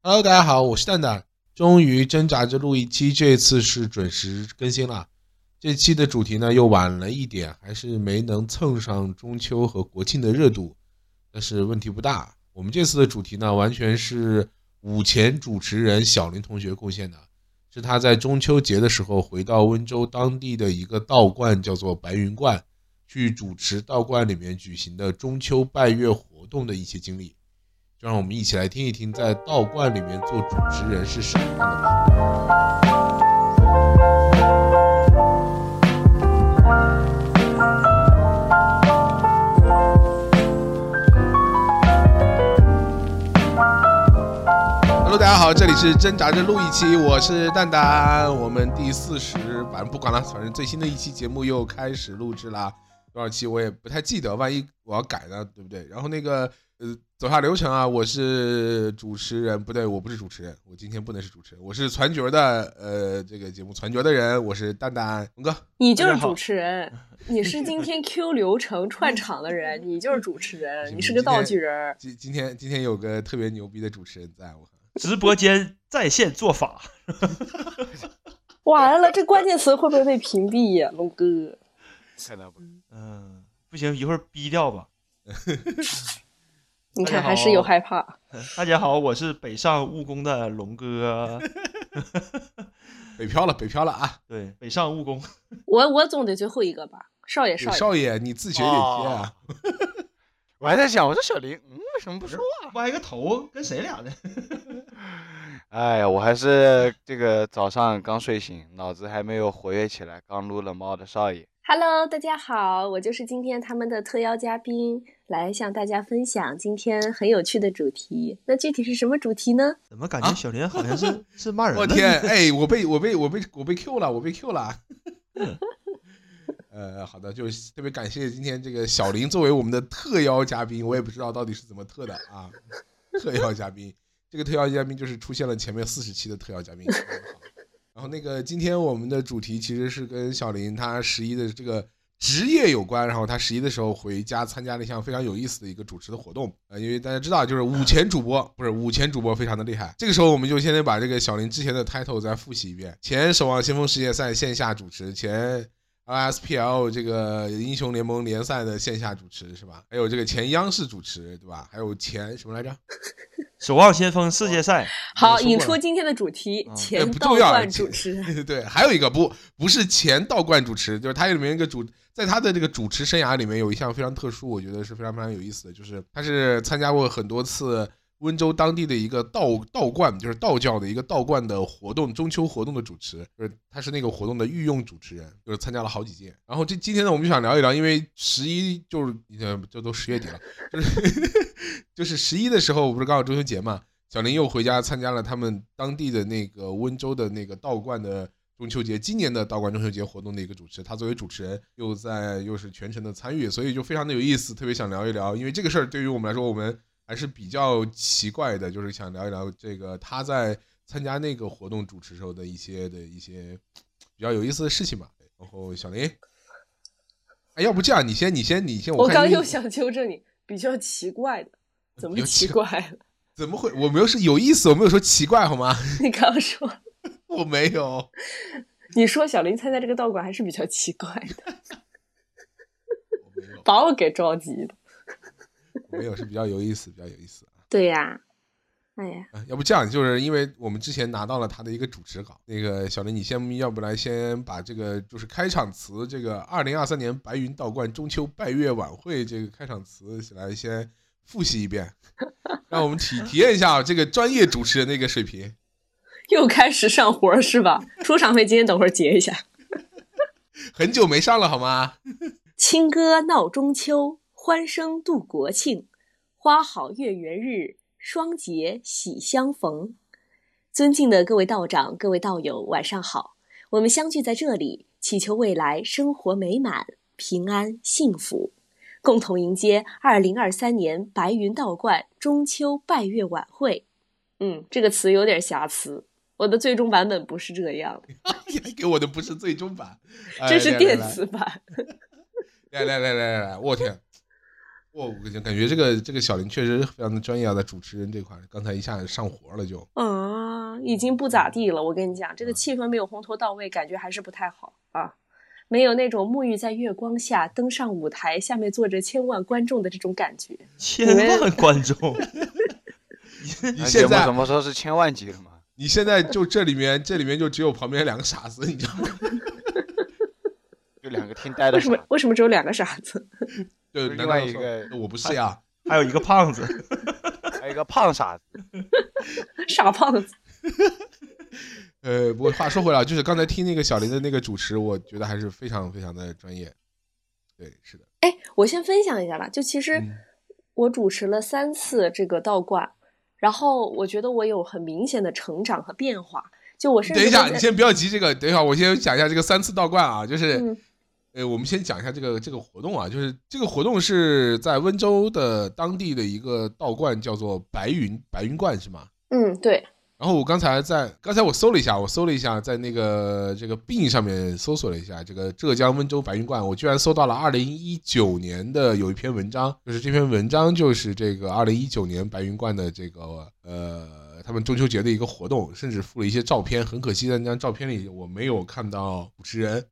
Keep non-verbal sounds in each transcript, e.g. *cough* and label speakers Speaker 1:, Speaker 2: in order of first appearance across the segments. Speaker 1: Hello，大家好，我是蛋蛋。终于挣扎着录一期，这次是准时更新了。这期的主题呢又晚了一点，还是没能蹭上中秋和国庆的热度，但是问题不大。我们这次的主题呢，完全是午前主持人小林同学贡献的，是他在中秋节的时候回到温州当地的一个道观，叫做白云观，去主持道观里面举行的中秋拜月活动的一些经历。就让我们一起来听一听，在道观里面做主持人是什么样的吧。Hello，大家好，这里是挣扎着录一期，我是蛋蛋，我们第四十版不管了，反正最新的一期节目又开始录制啦。多少期我也不太记得，万一我要改呢，对不对？然后那个呃，走下流程啊，我是主持人，不对，我不是主持人，我今天不能是主持人，我是传角的呃这个节目传角的人，我是蛋蛋龙哥。
Speaker 2: 你就
Speaker 3: 大
Speaker 2: 是
Speaker 3: 家好
Speaker 2: 主
Speaker 1: *laughs*
Speaker 2: 持人，你是今天 Q 流程串场的人，你就是主持人，
Speaker 1: 行
Speaker 2: 你是个道具人儿。
Speaker 1: 今今天今天有个特别牛逼的主持人在，我看
Speaker 3: 直播间在线做法，
Speaker 2: 完了，这关键词会不会被屏蔽呀、龙哥？
Speaker 4: 太难不了。
Speaker 3: 嗯，不行，一会儿逼掉吧。 *laughs*
Speaker 2: 你
Speaker 3: 大
Speaker 2: 看
Speaker 3: 家好
Speaker 2: 还是有害怕。
Speaker 3: 大家好，我是北上务工的龙 *laughs* 哥，
Speaker 1: 北漂了，北漂了啊！
Speaker 3: 对，北上务工，
Speaker 2: 我我总得最后一个吧，少爷少爷。
Speaker 1: 少爷，你自学点贴啊！
Speaker 4: 我还在想，我说小林，嗯，为什么不说？
Speaker 3: *laughs* 歪个头跟谁俩呢？
Speaker 4: 哎呀，我还是这个早上刚睡醒，脑子还没有活跃起来，刚撸了猫的少爷。
Speaker 2: Hello，大家好，我就是今天他们的特邀嘉宾，来向大家分享今天很有趣的主题。那具体是什么主题呢？
Speaker 3: 怎么感觉小林好像是、是骂人
Speaker 1: 我
Speaker 3: 的？
Speaker 1: 天，哎，我被我被我被我被 Q 了，我被 Q 了。 *laughs* 呃，好的，就是特别感谢今天这个小林作为我们的特邀嘉宾，我也不知道到底是怎么特的啊。特邀嘉宾，这个特邀嘉宾就是出现了前面四十期的特邀嘉宾。然后那个今天我们的主题其实是跟小林他十一的这个职业有关，然后他十一的时候回家参加了一项非常有意思的一个主持的活动。呃，因为大家知道，就是五前主播不是五前主播非常的厉害。这个时候我们就先得把这个小林之前的 title 再复习一遍：前守望先锋世界赛线下主持，前 LSPL 这个英雄联盟联赛的线下主持是吧？还有这个前央视主持对吧？还有前什么来着？
Speaker 3: 守望先锋世界赛，
Speaker 1: 说过
Speaker 2: 好，
Speaker 1: 了啊哎
Speaker 2: 引出今天的主题，
Speaker 3: 嗯
Speaker 2: 前
Speaker 1: 不
Speaker 2: 道
Speaker 1: 重要
Speaker 2: 观主持
Speaker 1: *laughs*
Speaker 2: 人。
Speaker 1: 对，还有一个不不是前道观主持，就是他里面一个主，在他的这个主持生涯里面有一项非常特殊，我觉得是非常非常有意思的，就是他是参加过很多次温州当地的一个道道观，就是道教的一个道观的活动，中秋活动的主持，就是他是那个活动的御用主持人，就是参加了好几届。然后这今天呢，我们就想聊一聊，因为十一就是呃，这都十月底了，就是就是 *laughs* 十一的时候，不是刚好中秋节嘛，小林又回家参加了他们当地的那个温州的那个道观的中秋节，今年的道观中秋节活动的一个主持，他作为主持人又在又是全程的参与，所以就非常的有意思，特别想聊一聊，因为这个事儿对于我们来说，我们还是比较奇怪的，就是想聊一聊这个他在参加那个活动主持时候的一些的一些比较有意思的事情吧。然后小林，哎，要不这样，你先，你先，你先，
Speaker 2: 我
Speaker 1: 看
Speaker 2: 刚
Speaker 1: 你
Speaker 2: 又想纠正你，比较奇怪的，怎么
Speaker 1: 比较
Speaker 2: 奇
Speaker 1: 奇
Speaker 2: 怪了？
Speaker 1: 怎么会？我没有说有意思，我没有说奇怪好吗？ *laughs*
Speaker 2: *laughs* 你刚说，
Speaker 1: 我没有。
Speaker 2: 你说小林参加这个道馆还是比较奇怪的，
Speaker 1: 我没有，
Speaker 2: 把我给着急了。
Speaker 1: 我没有是比较有意思，比较有意思啊。
Speaker 2: 对呀、哎呀，
Speaker 1: 啊要不这样，就是因为我们之前拿到了他的一个主持稿，那个小林，你先要不来先把这个就是开场词，这个二零二三年白云道观中秋拜月晚会这个开场词来先复习一遍， *laughs* 让我们体体验一下啊这个专业主持人的一个水平。
Speaker 2: 又开始上活儿是吧？出场费今天等会儿结一下。
Speaker 1: 很久没上了好吗？ *laughs*
Speaker 2: 清歌闹中秋，欢声度国庆，花好月圆日，双节喜相逢。尊敬的各位道长、各位道友，晚上好！我们相聚在这里，祈求未来生活美满、平安幸福，共同迎接二零二三年白云道观中秋拜月晚会。嗯，这个词有点瑕疵，我的最终版本不是这样，
Speaker 1: 哎呀给我的不是最终版，哎
Speaker 2: 这是
Speaker 1: 来
Speaker 2: 电
Speaker 1: 来来
Speaker 2: 子版。
Speaker 1: 来来来来来来，我天！我我感觉这个这个小林确实非常的专业啊，在主持人这块，刚才一下上活了就。
Speaker 2: 啊，已经不咋地了。我跟你讲，
Speaker 1: 嗯
Speaker 2: 这个气氛没有烘托到位，感觉还是不太好啊。没有那种沐浴在月光下登上舞台，下面坐着千万观众的这种感觉。
Speaker 3: 千万观众，
Speaker 1: 你
Speaker 4: *laughs* 那节
Speaker 1: 现
Speaker 4: 目
Speaker 1: 在
Speaker 4: 什么时候是千万级了嘛？
Speaker 1: 你现在就这里面这里面就只有旁边两个傻子，你知道
Speaker 4: *laughs*
Speaker 1: 吗？
Speaker 4: 就两个听呆
Speaker 2: 为
Speaker 4: 的
Speaker 2: 什
Speaker 4: 傻
Speaker 2: 么
Speaker 4: 子，
Speaker 2: 为什么只有两个傻子？ *laughs*
Speaker 1: 对，
Speaker 4: 另
Speaker 1: 难
Speaker 4: 外
Speaker 1: 道
Speaker 4: 一
Speaker 1: 说
Speaker 4: 个
Speaker 1: 我不是呀？
Speaker 3: 还有一个胖子，
Speaker 4: 还有一个胖傻子。
Speaker 2: 傻胖子
Speaker 1: 呃，不过话说回来，就是刚才听那个小林的那个主持，我觉得还是非常非常的专业。对，是的，
Speaker 2: 哎，我先分享一下吧。就其实
Speaker 1: 嗯
Speaker 2: 我主持了三次这个倒挂，然后我觉得我有很明显的成长和变化。就我甚
Speaker 1: 等
Speaker 2: 至
Speaker 1: 一
Speaker 2: 会
Speaker 1: 下，
Speaker 2: 在
Speaker 1: 你先不要急这个，等一下我先讲一下这个三次倒灌啊，就是，
Speaker 2: 嗯
Speaker 1: 呃，我们先讲一下这个这个活动啊，就是这个活动是在温州的当地的一个道观，叫做白云白云观是吗？
Speaker 2: 嗯，对，
Speaker 1: 然后我刚才在刚才我搜了一下，我搜了一下，在那个这个 Bing 上面搜索了一下这个浙江温州白云观，我居然搜到了二零一九年的有一篇文章，就是这篇文章就是这个二零一九年白云观的这个呃他们中秋节的一个活动，甚至附了一些照片，很可惜在那张照片里我没有看到主持人，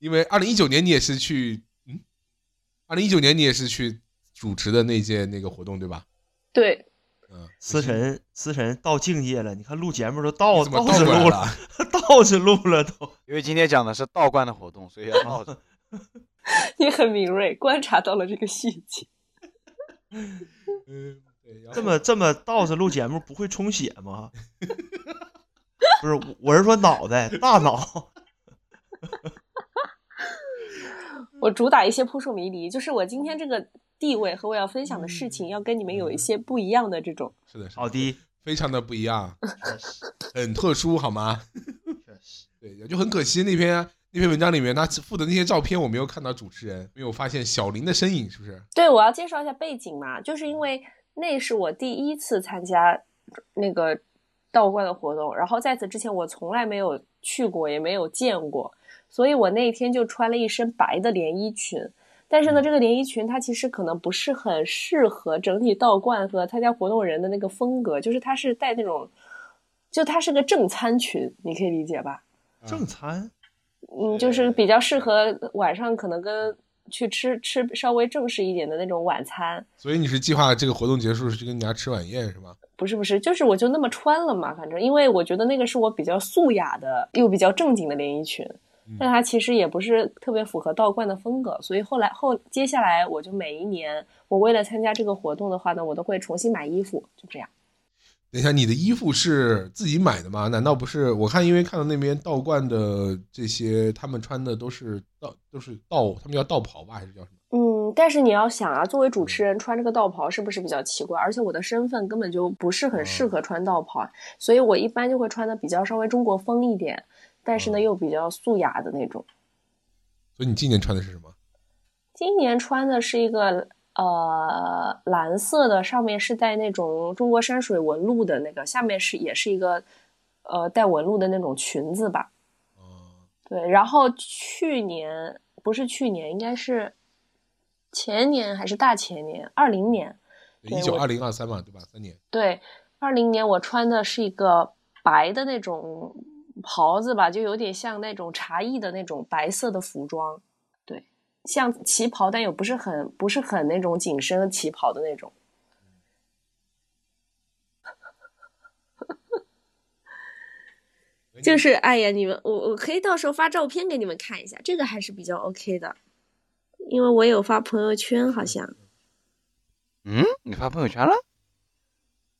Speaker 1: 因为二零一九年你也是去嗯，二零一九年你也是去主持的那届那个活动对吧？
Speaker 2: 对， *laughs*
Speaker 1: 嗯，
Speaker 3: 思辰思辰到境界了，你看录节目都到
Speaker 1: 你怎么
Speaker 3: 倒
Speaker 1: 倒
Speaker 3: 着
Speaker 1: 过来
Speaker 3: 录了， *laughs*
Speaker 1: 了？
Speaker 3: 倒着录
Speaker 1: *laughs*
Speaker 3: 了都。
Speaker 4: 因为今天讲的是道观的活动，所以 *laughs* 要倒着。
Speaker 2: 你很敏锐，观察到了这个细节。
Speaker 1: 嗯，对，然后
Speaker 3: 这么这么倒着录节目不会充血吗？ *laughs* 不是，我我是说脑袋，大脑。
Speaker 2: 我主打一些扑朔迷离，就是我今天这个地位和我要分享的事情，要跟你们有一些不一样的这种。
Speaker 1: 是的，是的
Speaker 3: 好的，
Speaker 1: 非常的不一样，
Speaker 3: 确实
Speaker 1: 很特殊，好吗？
Speaker 3: *laughs* 确实，
Speaker 1: 对，也就很可惜那篇那篇文章里面他附的那些照片，我没有看到主持人，没有发现小林的身影，是不是？
Speaker 2: 对，我要介绍一下背景嘛，就是因为那是我第一次参加那个道观的活动，然后在此之前我从来没有去过，也没有见过，所以我那天就穿了一身白的连衣裙。但是呢，这个连衣裙它其实可能不是很适合整体道观和参加活动人的那个风格，就是它是带那种，就它是个正餐裙，你可以理解吧？
Speaker 1: 啊
Speaker 3: 正餐
Speaker 2: 嗯，就是比较适合晚上可能跟去吃吃稍微正式一点的那种晚餐，
Speaker 1: 所以你是计划这个活动结束是去跟人家吃晚宴是吗？
Speaker 2: 不是不是，就是我就那么穿了嘛，反正因为我觉得那个是我比较素雅的又比较正经的连衣裙
Speaker 1: 嗯，
Speaker 2: 但它其实也不是特别符合道观的风格，所以后来后接下来我就每一年我为了参加这个活动的话呢，我都会重新买衣服，就这样。
Speaker 1: 等一下，你的衣服是自己买的吗？难道不是？我看，因为看到那边道观的这些，他们穿的都是道，都是道，他们叫道袍吧，还是叫什么？
Speaker 2: 嗯，但是你要想啊，作为主持人穿这个道袍是不是比较奇怪？而且我的身份根本就不是很适合穿道袍，所以我一般就会穿的比较稍微中国风一点，但是呢
Speaker 1: 嗯
Speaker 2: 又比较素雅的那种。
Speaker 1: 所以你今年穿的是什么？
Speaker 2: 今年穿的是一个呃蓝色的，上面是带那种中国山水纹路的那个，下面是也是一个呃带纹路的那种裙子吧。
Speaker 1: 啊、
Speaker 2: 对，然后去年不是去年，应该是前年还是大前年，二零年。对
Speaker 1: 一九
Speaker 2: 我
Speaker 1: 二零二三嘛，对吧？三年。
Speaker 2: 对，二零年我穿的是一个白的那种袍子吧，就有点像那种茶艺的那种白色的服装，对，像旗袍，但又不是很不是很那种紧身旗袍的那种。就是，哎呀，你们，我我可以到时候发照片给你们看一下，这个还是比较 OK 的，因为我有发朋友圈，好像
Speaker 4: 嗯，你发朋友圈了？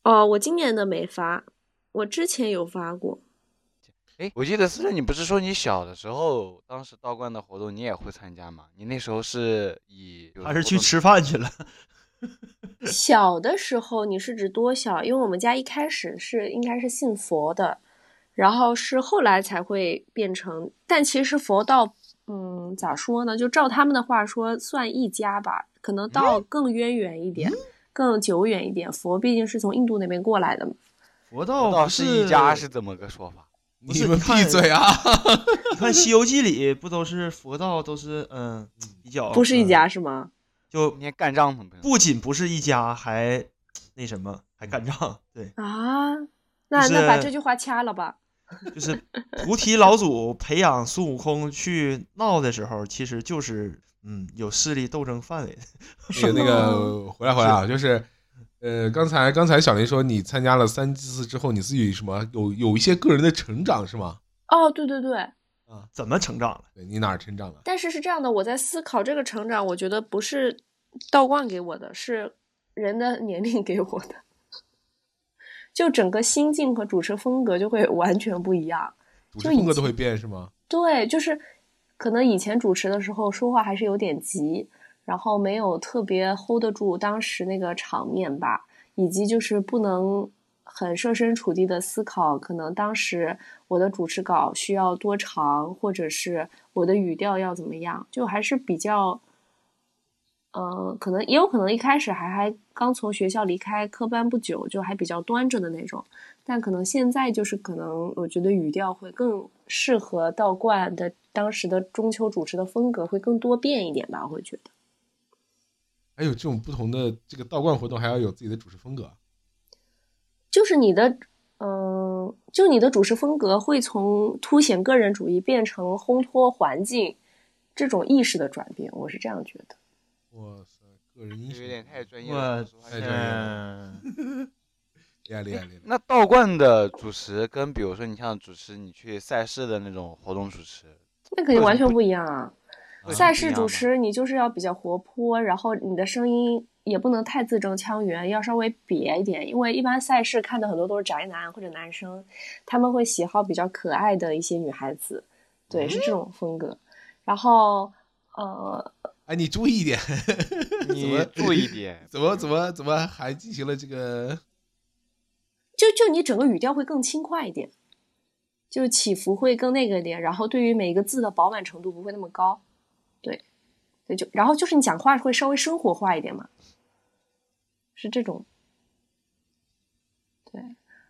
Speaker 2: 哦，我今年的没发，我之前有发过，
Speaker 4: 哎，我记得思辰，你不是说你小的时候，当时道观的活动你也会参加吗？你那时候是以
Speaker 3: 还是去？吃饭去了？
Speaker 2: 小的时候，你是指多小？因为我们家一开始是应该是信佛的，然后是后来才会变成。但其实佛道，嗯，咋说呢？就照他们的话说，算一家吧。可能道
Speaker 3: 嗯
Speaker 2: 更渊源一点，更久远一点。佛毕竟是从印度那边过来的嘛。
Speaker 3: 佛
Speaker 4: 活
Speaker 3: 道
Speaker 4: 动道
Speaker 3: 不
Speaker 4: 士一家哦是怎么个说法？
Speaker 3: 不是
Speaker 1: 你们
Speaker 3: 你看
Speaker 1: 闭嘴啊！
Speaker 3: 你看《西游记》里不都是佛道都是嗯比较
Speaker 2: 不是一家是吗？
Speaker 3: 就
Speaker 4: 今天干仗吗？
Speaker 3: 不仅不是一家，还那什么，还干仗。对，
Speaker 2: 啊，那
Speaker 3: 就
Speaker 2: 那把
Speaker 3: 嗯是
Speaker 2: 这句话掐了吧。
Speaker 3: 就是菩提老祖培养孙悟空去闹的时候，其实就是嗯有势力斗争范围的。
Speaker 1: 那
Speaker 4: *laughs*
Speaker 1: 个那个回来回来啊，就是呃，刚才刚才小林说你参加了三次之后，你自己什么有有一些个人的成长是吗？
Speaker 2: 哦，对对对，
Speaker 1: 啊，
Speaker 3: 怎么成长了？
Speaker 1: 对你哪儿成长了？
Speaker 2: 但是是这样的，我在思考这个成长，我觉得不是道观给我的，是人的年龄给我的，就整个心境和主持风格就会完全不一样。
Speaker 1: 主持风格都会变是吗？
Speaker 2: 对，就是可能以前主持的时候说话还是有点急，然后没有特别 hold 得住当时那个场面吧，以及就是不能很设身处地的思考，可能当时我的主持稿需要多长，或者是我的语调要怎么样，就还是比较。呃，可能也有可能一开始还还刚从学校离开科班不久，就还比较端着的那种，但可能现在就是可能，我觉得语调会更适合道观的当时的中秋主持的风格会更多变一点吧，我会觉得。
Speaker 1: 还有哎这种不同的这个道观活动，还要有自己的主持风格。
Speaker 2: 就是你的，嗯、就你的主持风格会从凸显个人主义变成烘托环境这种意识的转变，我是这样觉得。
Speaker 1: 哇塞，个人英
Speaker 4: 有
Speaker 1: 雄
Speaker 4: 点太专业
Speaker 3: 我
Speaker 4: 了。说
Speaker 1: 太
Speaker 4: 实
Speaker 1: 专业
Speaker 4: 话
Speaker 1: 了
Speaker 3: 天，
Speaker 1: 厉害厉害厉害！
Speaker 4: 那道观的主持跟比如说你像主持你去赛事的那种活动主持，
Speaker 2: 那肯定完全不一样啊！
Speaker 4: 啊
Speaker 2: 赛
Speaker 4: 不一
Speaker 2: 事
Speaker 4: 样
Speaker 2: 主
Speaker 4: 吗
Speaker 2: 持你就是要比较活泼，然后你的声音也不能太字正腔圆，要稍微瘪一点，因为一般赛事看的很多都是宅男或者男生，他们会喜好比较可爱的一些女孩子，对，
Speaker 4: 嗯
Speaker 2: 是这种风格。然后呃，
Speaker 1: 哎，你注意一点，
Speaker 4: 你注意点，
Speaker 1: 怎么怎么怎么还进行了这个？
Speaker 2: 就就你整个语调会更轻快一点，就起伏会更那个一点，然后对于每一个字的饱满程度不会那么高，对，对就然后就是你讲话会稍微生活化一点嘛，是这种，对，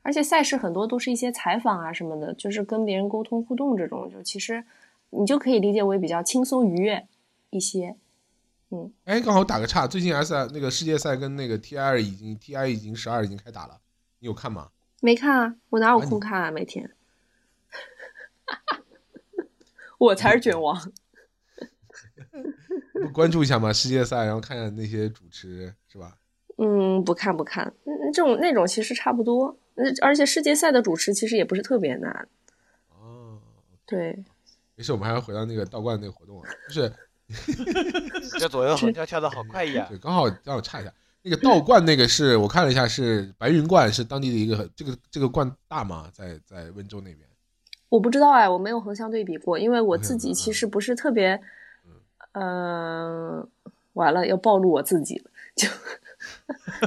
Speaker 2: 而且赛事很多都是一些采访啊什么的，就是跟别人沟通互动这种，就其实你就可以理解为比较轻松愉悦一些，
Speaker 1: 哎，刚好打个岔，最近 S 那个世界赛跟那个 T I 已经 T I 已经十二已经开打了，你有看吗？
Speaker 2: 没看啊，我哪有
Speaker 1: 啊你
Speaker 2: 空看啊，每天。 *laughs* 我才是卷王，
Speaker 1: 不关注一下嘛，世界赛，然后看看那些主持是吧？
Speaker 2: 嗯，不看不看，嗯这种那种其实差不多。那而且世界赛的主持其实也不是特别难，
Speaker 1: 哦，
Speaker 2: 对，
Speaker 1: 没事，我们还要回到那个道观那个活动啊，就是
Speaker 4: 你这左右横跳跳的好快
Speaker 1: *laughs*
Speaker 4: 呀！
Speaker 1: 对，刚好让我岔一下，那个道观那个是我看了一下，是白云观，是当地的一个很这个这个观大嘛，在在温州那边。
Speaker 2: 我不知道哎，我没有横向对比过，因为我
Speaker 1: 嗯
Speaker 2: 自己其
Speaker 1: 嗯
Speaker 2: 实不是特别，呃，完了要暴露我自己了，就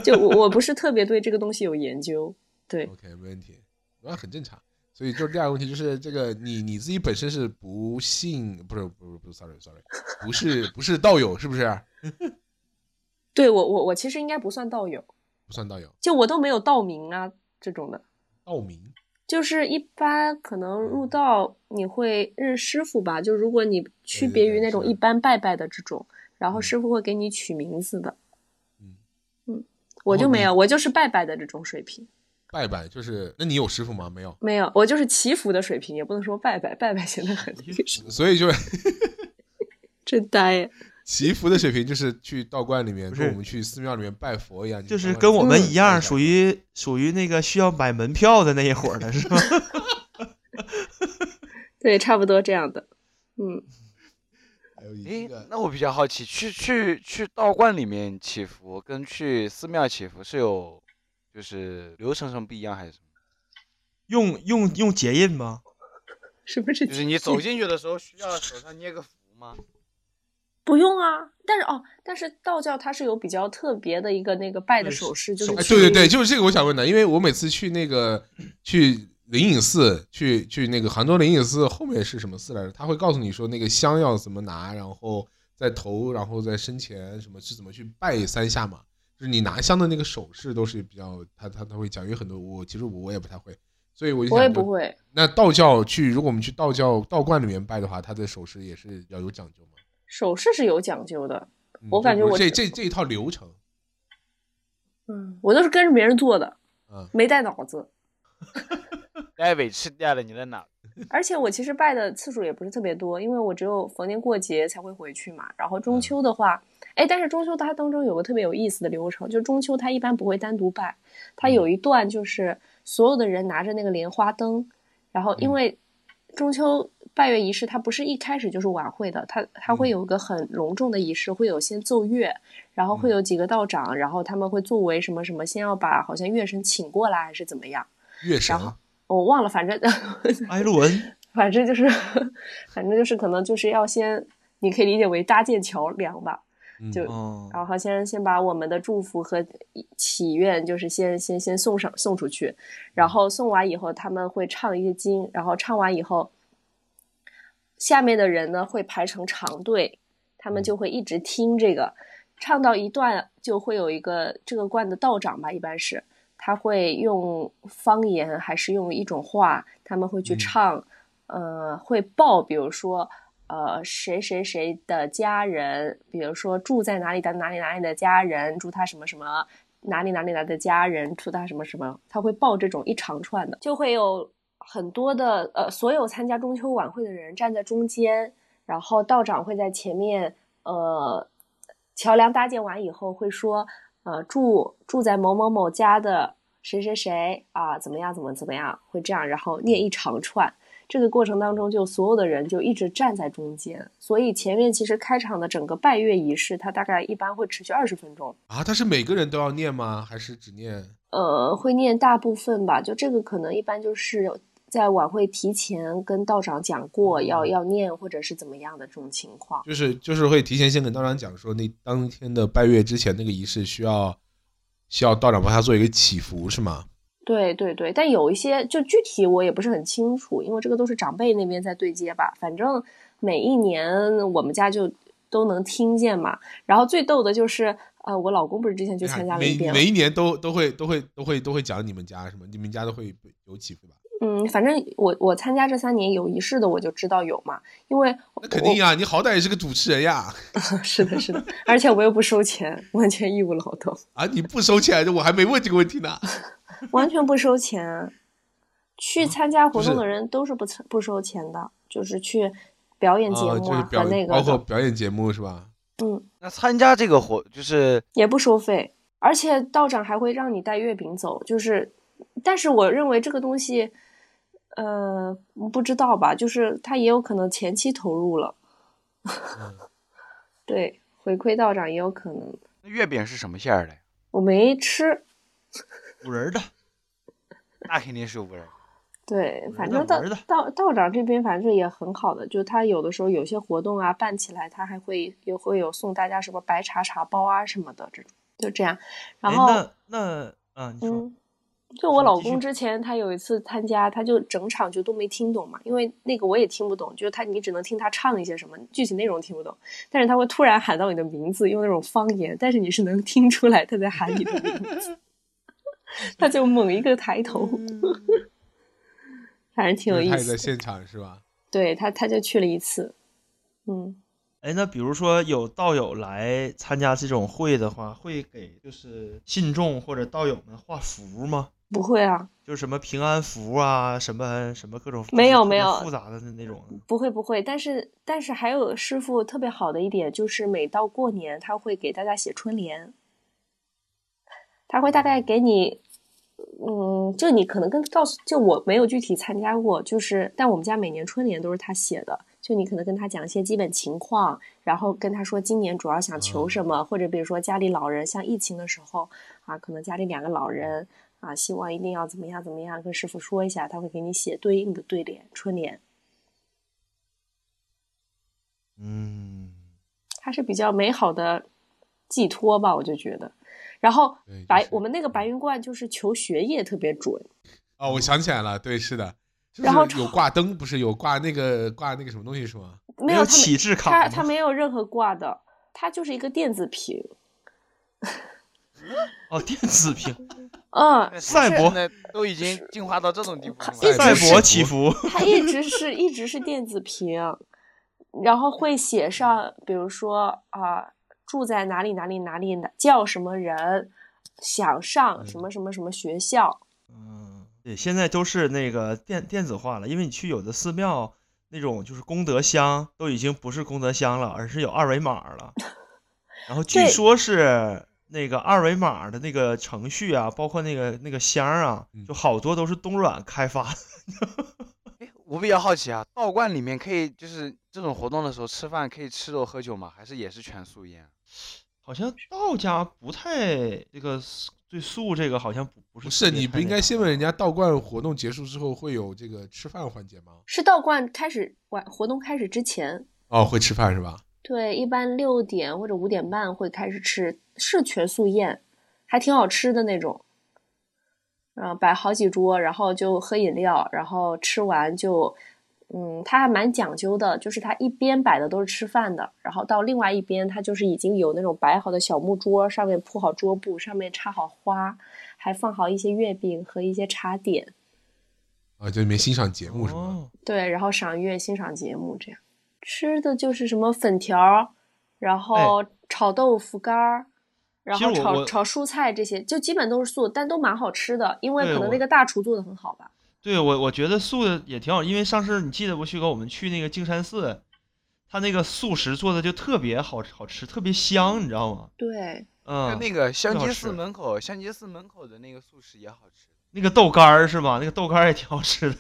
Speaker 2: 就我我不是特别对这个东西有研究，对，
Speaker 1: OK，没问题，那很正常。所以就是第二个问题，就是这个你你自己本身是不信，不是不是不是，sorry sorry，不是不是道友是不啊是？
Speaker 2: 对我我我其实应该不算道友，
Speaker 1: 不算道友，
Speaker 2: 就我都没有道名啊这种的，
Speaker 1: 道明
Speaker 2: 就是一般可能
Speaker 1: 嗯
Speaker 2: 入道你会认师傅吧，就如果你区别于那种
Speaker 1: 对对对是的
Speaker 2: 一般拜拜的这种，然后
Speaker 1: 嗯
Speaker 2: 师傅会给你取名字的。
Speaker 1: 嗯
Speaker 2: 嗯我就没有，我就是拜拜的这种水平，
Speaker 1: 拜拜，就是那你有师傅吗？没有，
Speaker 2: 没有，我就是祈福的水平，也不能说拜拜，拜拜显
Speaker 1: *laughs*
Speaker 2: 得很
Speaker 1: 所以就是
Speaker 2: 真呆。
Speaker 1: 祈福的水平就是去道观里面，
Speaker 3: 不是
Speaker 1: 跟我们去寺庙里面拜佛一样，
Speaker 3: 就
Speaker 1: 去
Speaker 3: 是
Speaker 1: 道观
Speaker 3: 跟
Speaker 1: 里
Speaker 3: 我
Speaker 1: 面
Speaker 3: 们一
Speaker 1: 拜
Speaker 3: 样，
Speaker 1: 一下
Speaker 3: 属于属于那个需要买门票的那一伙儿的是吧？
Speaker 2: 对，差不多这样的。嗯，
Speaker 1: 还有一
Speaker 4: 诶
Speaker 1: 个，
Speaker 4: 那我比较好奇，去去去道观里面祈福跟去寺庙祈福是有就是流程上不一样还是什么？
Speaker 3: 用用用结印吗？
Speaker 2: 什么是
Speaker 4: 就是你走进去的时候需要手上捏个符吗？
Speaker 2: 不用啊？但是哦，但是道教它是有比较特别的一个那个拜的
Speaker 3: 对
Speaker 2: 手势，就是
Speaker 1: 哎，
Speaker 2: 去
Speaker 1: 对对对，就是这个我想问的，因为我每次去那个去灵隐寺，去去那个杭州灵隐寺后面是什么寺来着？他会告诉你说那个香要怎么拿，然后在头，然后在身前什么是怎么去拜三下嘛。就是你拿香的那个手势都是比较，他他他会讲，有很多我其实我也不太会，所以我就想
Speaker 2: 我也不
Speaker 1: 说。
Speaker 2: 会。
Speaker 1: 那道教去，如果我们去道教道观里面拜的话，他的手势也是要有讲究吗？
Speaker 2: 手势是有讲究的，
Speaker 1: 嗯
Speaker 2: 我感觉
Speaker 1: 就
Speaker 2: 我
Speaker 1: 这这这一套流程，
Speaker 2: 嗯，我都是跟着别人做的，
Speaker 1: 嗯，
Speaker 2: 没带脑子。
Speaker 4: 戴伟吃掉了你的脑，
Speaker 2: 而且我其实拜的次数也不是特别多，因为我只有逢年过节才会回去嘛。然后中秋的话，哎、但是中秋它当中有个特别有意思的流程，就是中秋它一般不会单独拜，它有一段就是所有的人拿着那个莲花灯，然后因为中秋拜月仪式它不是一开始就是晚会的，它它会有一个很隆重的仪式，会有先奏乐，然后会有几个道长，然后他们会作为什么什么，先要把好像月神请过来还是怎么样，
Speaker 1: 月神
Speaker 2: 然后我忘了，反正 *laughs*
Speaker 3: 艾洛恩，
Speaker 2: 反正就是， *laughs* 反正就是可能就是要先，你可以理解为搭建桥梁吧。
Speaker 1: 嗯
Speaker 2: 就
Speaker 3: 嗯，
Speaker 2: 然后先先把我们的祝福和祈愿，就是先先先送上送出去，然后送完以后他们会唱一些经，然后唱完以后，下面的人呢会排成长队，他们就会一直听这个，唱到一段就会有一个这个观的道长吧，一般是他会用方言还是用一种话，他们会去
Speaker 1: 嗯
Speaker 2: 唱，呃，会报，比如说。呃谁谁谁的家人，比如说住在哪里的哪里哪里的家人，住他什么什么哪里哪里来的家人，住他什么什么，他会报这种一长串的，就会有很多的呃，所有参加中秋晚会的人站在中间，然后道长会在前面，呃，桥梁搭建完以后会说，呃，住住在某某某家的谁谁谁啊，怎么样怎么怎么样，会这样，然后念一长串。这个过程当中，就所有的人就一直站在中间，所以前面其实开场的整个拜月仪式，它大概一般会持续二十分钟，
Speaker 1: 啊，他是每个人都要念吗？还是只念？
Speaker 2: 呃，会念大部分吧。就这个可能一般就是在晚会提前跟道长讲过要要念或者是怎么样的这种情况。
Speaker 1: 就是就是会提前先跟道长讲说，那当天的拜月之前那个仪式需要需要道长帮他做一个祈福是吗？
Speaker 2: 对对对，但有一些就具体我也不是很清楚，因为这个都是长辈那边在对接吧。反正每一年我们家就都能听见嘛。然后最逗的就是，呃，我老公不是之前去
Speaker 1: 哎呀
Speaker 2: 参加了一
Speaker 1: 每
Speaker 2: 遍，
Speaker 1: 每一年都都会都会都会都会讲你们家什么，你们家都会有祈福吧？
Speaker 2: 嗯，反正我我参加这三年有仪式的，我就知道有嘛，因为
Speaker 1: 那肯定呀，你好歹也是个主持人呀！
Speaker 2: 我 *laughs* 是的，是的，而且我又不收钱，完全义务劳动，
Speaker 1: 啊，你不收钱，我还没问这个问题呢。
Speaker 2: 完全不收钱。去参加活
Speaker 1: 啊不
Speaker 2: 动
Speaker 1: 是
Speaker 2: 的人都是不参不收钱的，就是去表演节
Speaker 1: 啊，
Speaker 2: 目
Speaker 1: 就是
Speaker 2: 和
Speaker 1: 表
Speaker 2: 那个
Speaker 1: 包括
Speaker 2: 的，
Speaker 1: 表演节目是吧？
Speaker 2: 嗯，
Speaker 4: 那参加这个活就是
Speaker 2: 也不收费，而且道长还会让你带月饼走，就是，但是我认为这个东西，呃，不知道吧，就是他也有可能前期投入了，
Speaker 3: 嗯
Speaker 2: *laughs* 对，回馈道长也有可能。
Speaker 4: 那月饼是什么馅儿的呀？
Speaker 2: 我没吃，
Speaker 3: 五人儿的，
Speaker 4: 那肯定是五仁儿。
Speaker 2: 对，反正
Speaker 3: 玩的
Speaker 2: 道
Speaker 3: 玩的
Speaker 2: 道道长这边反正也很好的，就他有的时候有些活动啊办起来，他还会也会有送大家什么白茶茶包啊什么的这种，就这样。然
Speaker 3: 哎
Speaker 2: 后，
Speaker 3: 那那嗯，你说
Speaker 2: 嗯，就我
Speaker 3: 你
Speaker 2: 老
Speaker 3: 继续
Speaker 2: 公之前他有一次参加，他就整场就都没听懂嘛，因为那个我也听不懂，就是他你只能听他唱一些什么，具体内容听不懂，但是他会突然喊到你的名字，用那种方言，但是你是能听出来他在喊你的名字， *laughs* 他就猛一个抬头，
Speaker 3: 嗯
Speaker 2: *laughs* 反正挺有
Speaker 1: 就是
Speaker 2: 意
Speaker 1: 他也
Speaker 2: 思
Speaker 1: 在
Speaker 2: 的。
Speaker 1: 现场是吧？
Speaker 2: 对他，他就去了一次，嗯，
Speaker 3: 哎，那比如说有道友来参加这种会的话，会给就是信众或者道友们画符吗？
Speaker 2: 不会啊，
Speaker 3: 就是什么平安符啊，什么什么各种
Speaker 2: 没有
Speaker 3: 就是特
Speaker 2: 没
Speaker 3: 别
Speaker 2: 有
Speaker 3: 复杂的那那种的。
Speaker 2: 不会不会，但是但是还有师傅特别好的一点就是，每到过年他会给大家写春联，他会大概给你，嗯，就你可能跟告诉，就我没有具体参加过，就是但我们家每年春联都是他写的，就你可能跟他讲一些基本情况，然后跟他说今年主要想求什么，或者比如说家里老人像疫情的时候啊，可能家里两个老人啊，希望一定要怎么样怎么样，跟师傅说一下，他会给你写对应的对联春联。
Speaker 3: 嗯，
Speaker 2: 它是比较美好的寄托吧，我就觉得。然后
Speaker 1: 对就
Speaker 2: 白、
Speaker 1: 是
Speaker 2: 我们那个白云观就是求学业特别准，
Speaker 1: 哦，我想起来了，对，是的。就
Speaker 2: 然后
Speaker 1: 是有
Speaker 2: 炒
Speaker 1: 挂灯，不是有挂那个挂那个什么东西是吗？
Speaker 2: 没
Speaker 3: 有
Speaker 2: 有他
Speaker 3: 启
Speaker 2: 没
Speaker 3: 智卡
Speaker 2: 他
Speaker 3: 吗
Speaker 2: 他没有任何挂的，它就是一个电子屏，
Speaker 3: 哦，电子
Speaker 2: *laughs*
Speaker 3: 屏，
Speaker 2: 嗯，
Speaker 3: 赛博
Speaker 4: 那都已经进化到这种地步了吗，
Speaker 2: 一直
Speaker 3: 赛博
Speaker 2: 是
Speaker 3: 祈福，
Speaker 2: 它一直是一直是电子屏，然后会写上，比如说啊、住在哪里哪里哪里，哪叫什么人，想上什么什么什么学校。
Speaker 3: 嗯，对，现在都是那个电电子化了，因为你去有的寺庙那种就是功德箱都已经不是功德箱了，而是有二维码了。然后据
Speaker 2: 对
Speaker 3: 说是那个二维码的那个程序啊，包括那个那个箱啊
Speaker 1: 嗯，
Speaker 3: 就好多都是东软开发的。 *laughs*
Speaker 4: 哎，我比较好奇啊，道观里面可以就是这种活动的时候吃饭可以吃肉喝酒吗？还是也是全素宴？
Speaker 3: 好像道家不太这个素对素这个好像不不是
Speaker 1: 不
Speaker 3: 特
Speaker 1: 是，
Speaker 3: 别
Speaker 1: 你
Speaker 3: 太
Speaker 1: 不应
Speaker 3: 那
Speaker 1: 该
Speaker 3: 啥
Speaker 1: 先问人家道观活动结束之后会有这个吃饭环节吗？
Speaker 2: 是道观开始晚活动开始之前，
Speaker 1: 哦，会吃饭是吧？
Speaker 2: 对，一般六点或者五点半会开始吃，是全素宴，还挺好吃的那种。嗯、摆好几桌，然后就喝饮料，然后吃完就，嗯，它还蛮讲究的，就是它一边摆的都是吃饭的，然后到另外一边，它就是已经有那种摆好的小木桌，上面铺好桌布，上面插好花，还放好一些月饼和一些茶点，
Speaker 1: 啊，就里面欣赏节目是吧？
Speaker 3: 哦，
Speaker 2: 对，然后赏月、欣赏节目这样。吃的就是什么粉条儿，然后炒豆腐干儿，然
Speaker 3: 哎其
Speaker 2: 后
Speaker 3: 实我
Speaker 2: 炒
Speaker 3: 我
Speaker 2: 炒蔬菜这些，就基本都是素，但都蛮好吃的，因为
Speaker 3: 对
Speaker 2: 可能
Speaker 3: 我
Speaker 2: 那个大厨做的很好吧。
Speaker 3: 对我，我觉得素的也挺好，因为上次你记得不，旭哥，我们去那个径山寺，他那个素食做的就特别好好吃，特别香，你知道吗？
Speaker 2: 对，
Speaker 3: 嗯，
Speaker 4: 那个香
Speaker 3: 好
Speaker 4: 积
Speaker 3: 吃
Speaker 4: 寺门口，香积寺门口的那个素食也好吃。
Speaker 3: 那个豆干儿是吧？那个豆干儿也挺好吃的。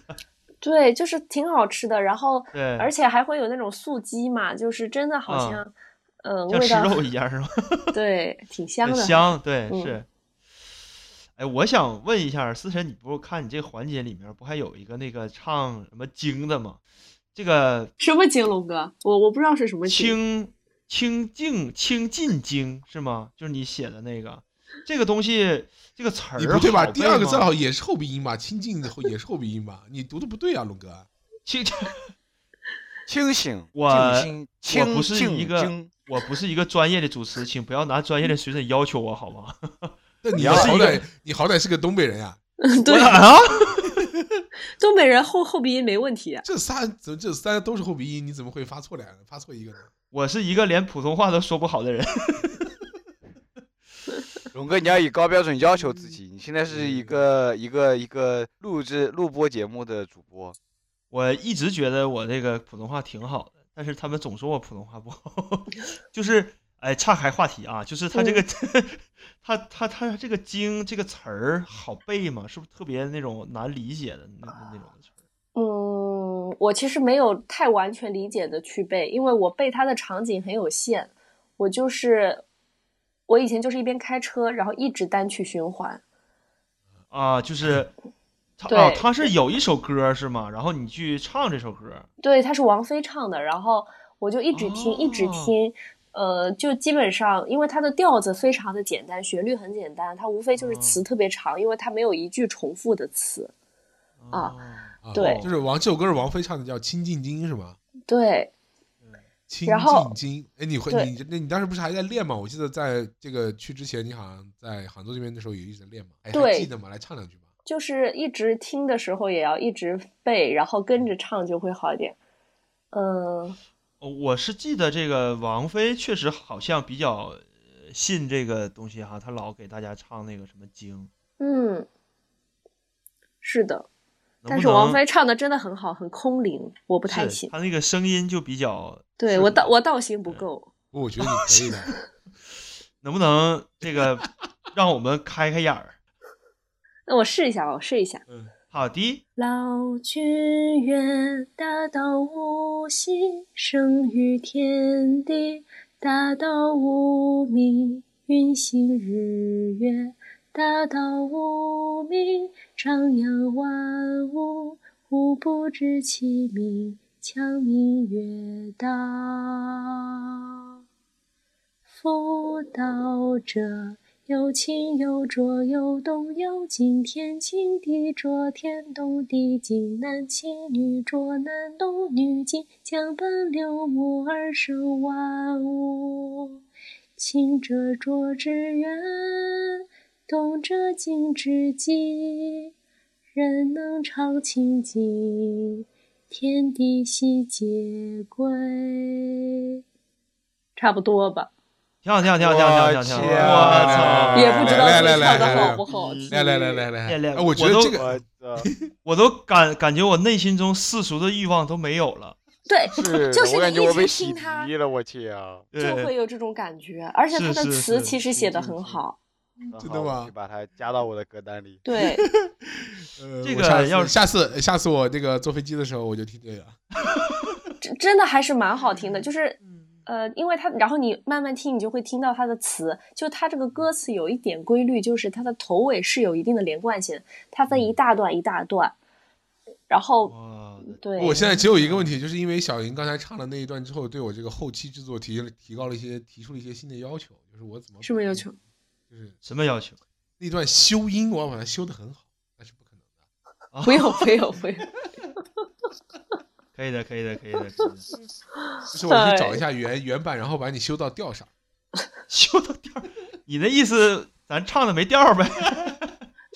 Speaker 2: 对，就是挺好吃的，然后
Speaker 3: 对，
Speaker 2: 而且还会有那种素鸡嘛，就是真的好
Speaker 3: 嗯
Speaker 2: 像，嗯，
Speaker 3: 像
Speaker 2: 味
Speaker 3: 吃
Speaker 2: 道
Speaker 3: 肉一样是吧？
Speaker 2: 对，挺 *laughs* 香
Speaker 3: 很
Speaker 2: 的。
Speaker 3: 香，对，
Speaker 2: 嗯
Speaker 3: 是。哎，我想问一下，思辰，你不是看你这个环节里面不还有一个那个唱什么经的吗？这个
Speaker 2: 什么经，龙哥？我我不知道是什么经。
Speaker 3: 清清净清净经是吗？就是你写的那个，这个东西这个词儿
Speaker 1: 你不对吧？
Speaker 3: 好
Speaker 1: 第
Speaker 3: 背
Speaker 1: 二个
Speaker 3: 吗
Speaker 1: 字好像也是后鼻音吧？亲近的后也是后鼻音吧？你读的不对啊，龙哥。
Speaker 3: 清，
Speaker 4: 清醒，
Speaker 3: 我
Speaker 4: 静心，
Speaker 3: 我不
Speaker 4: 清
Speaker 3: 是
Speaker 4: 静
Speaker 3: 一个
Speaker 4: 精
Speaker 3: 我不是一个专业的主持，请不要拿专业的水准要求我好吗？
Speaker 1: *laughs* 那你
Speaker 4: 你要
Speaker 1: 好
Speaker 3: 是一个
Speaker 1: 歹你好歹是个东北人呀，
Speaker 2: *laughs* 对
Speaker 3: 我，啊，
Speaker 2: 东北人后后鼻音没问题啊。
Speaker 1: 这仨怎么这仨都是后鼻音，你怎么会发错两个？发错一个呢？
Speaker 3: 我是一个连普通话都说不好的人。
Speaker 4: 龙哥，你要以高标准要求自己。你现在是一个一个一个录制录播节目的主播，
Speaker 3: 我一直觉得我这个普通话挺好的，但是他们总说我普通话不好， *laughs* 就是哎，岔开话题啊，就是他这个， *laughs* 他他他这个“经”这个词儿好背吗？是不是特别那种难理解的那那那种词儿？
Speaker 2: 嗯，我其实没有太完全理解的去背，因为我背它的场景很有限。我就是我以前就是一边开车，然后一直单曲循环。
Speaker 3: 啊，就是他啊，
Speaker 2: 对
Speaker 3: 他是有一首歌是吗？然后你去唱这首歌，
Speaker 2: 对，它是王菲唱的，然后我就一直听，一直听。呃，就基本上，因为它的调子非常的简单，旋律很简单，它无非就是词特别长，因为它没有一句重复的词。啊
Speaker 1: 啊，
Speaker 2: 对
Speaker 1: 就是王这首歌是王菲唱的，叫《清净经》是吗？
Speaker 2: 对，
Speaker 1: 清
Speaker 2: 然后
Speaker 1: 净经，哎，你会
Speaker 2: 对
Speaker 1: 你那你当时不是还在练吗？我记得在这个去之前，你好像在杭州这边的时候也一直在练嘛，哎，还
Speaker 2: 对
Speaker 1: 记得吗？来唱两句吧。
Speaker 2: 就是一直听的时候也要一直背，然后跟着唱就会好一点。嗯，
Speaker 3: 哦我是记得这个王菲确实好像比较呃信这个东西哈，她老给大家唱那个什么经，
Speaker 2: 嗯，是的，
Speaker 3: 能
Speaker 2: 但
Speaker 3: 不
Speaker 2: 是王
Speaker 3: 能
Speaker 2: 菲唱的真的很好，很空灵，我不太
Speaker 3: 是
Speaker 2: 行。
Speaker 3: 她那个声音就比较
Speaker 2: 对
Speaker 3: 是
Speaker 2: 我
Speaker 3: 比
Speaker 2: 道我道行不够，
Speaker 1: 不过我觉得你可以
Speaker 3: *laughs*
Speaker 1: 的，
Speaker 3: 能不能
Speaker 2: *laughs*
Speaker 3: 这个让我们开开眼儿？
Speaker 2: 那我试一下吧，啊我试一下。
Speaker 1: 嗯，
Speaker 3: 好的，
Speaker 2: 老君远大道无形，生于天地；大道无名，运行日月；大道无名，张扬万物。吾不知其名，强名曰道。夫道者，有清有浊，有动有静，天清地浊，天动地静，男清女浊，男动女静，江奔流木而生万物。清者浊之源，动者静之极。人能常清静，天地悉皆归。差不多吧。
Speaker 3: 挺好，挺好，挺好，挺好，挺好，挺好！
Speaker 4: 我天
Speaker 3: 我操，
Speaker 2: 也不知道
Speaker 1: 来
Speaker 2: 自
Speaker 1: 来
Speaker 2: 己
Speaker 1: 来
Speaker 2: 跳
Speaker 1: 来
Speaker 2: 的
Speaker 1: 来
Speaker 2: 好不好。
Speaker 3: 嗯
Speaker 1: 来来来来
Speaker 3: 来
Speaker 1: 来，
Speaker 3: 来
Speaker 1: 哎我觉得
Speaker 3: 我
Speaker 1: 这
Speaker 3: 都
Speaker 1: 个
Speaker 4: 我
Speaker 3: 我都感感觉我内心中世俗的欲望都没有了。
Speaker 2: 对，
Speaker 4: *laughs* 是，
Speaker 2: 就是
Speaker 4: 我感
Speaker 2: 你
Speaker 4: 觉
Speaker 2: 一
Speaker 4: 我
Speaker 2: 直
Speaker 4: 被
Speaker 2: 听
Speaker 4: 洗
Speaker 2: 他
Speaker 4: 涤了，我天啊！
Speaker 2: 就会
Speaker 3: 对，
Speaker 2: 有这种感觉，而且
Speaker 3: 是
Speaker 2: 他的
Speaker 3: 是
Speaker 2: 词
Speaker 3: 是
Speaker 2: 其实
Speaker 4: 是
Speaker 2: 写的
Speaker 4: 是
Speaker 2: 很
Speaker 4: 是
Speaker 2: 好。
Speaker 4: 正
Speaker 1: 真的
Speaker 4: 好我
Speaker 1: 吗
Speaker 4: 去把它加到我的歌单里。
Speaker 2: 对，
Speaker 1: 呃
Speaker 3: 这
Speaker 1: 我
Speaker 3: 个
Speaker 1: 下次
Speaker 3: 要是
Speaker 1: 下次下次我那个坐飞机的时候我就听这个。
Speaker 2: 真真的还是蛮好听的，就是。呃，因为他，然后你慢慢听，你就会听到他的词。就他这个歌词有一点规律，就是它的头尾是有一定的连贯性，它分一
Speaker 1: 嗯
Speaker 2: 大段一大段。然后，
Speaker 3: 哇，
Speaker 2: 对，
Speaker 1: 我现在只有一个问题，就是因为小莹刚才唱了那一段之后，对我这个后期制作提提高了一些，提出了一些新的要求，就是我怎么
Speaker 2: 什么要求？？
Speaker 1: 就是
Speaker 3: 什么要求？
Speaker 1: 那段修音，我要把它修得很好，那是不可能
Speaker 2: *laughs*
Speaker 1: 的。
Speaker 2: 不用，不用，不
Speaker 1: *laughs*
Speaker 2: 用。
Speaker 3: 可以的，可以的，可以的，可
Speaker 2: *laughs*
Speaker 3: 以的。
Speaker 1: 就是我去找一下原原版，然后把你修到调上。
Speaker 3: 修到调儿，你的意思咱唱的没调儿呗？
Speaker 2: 嗯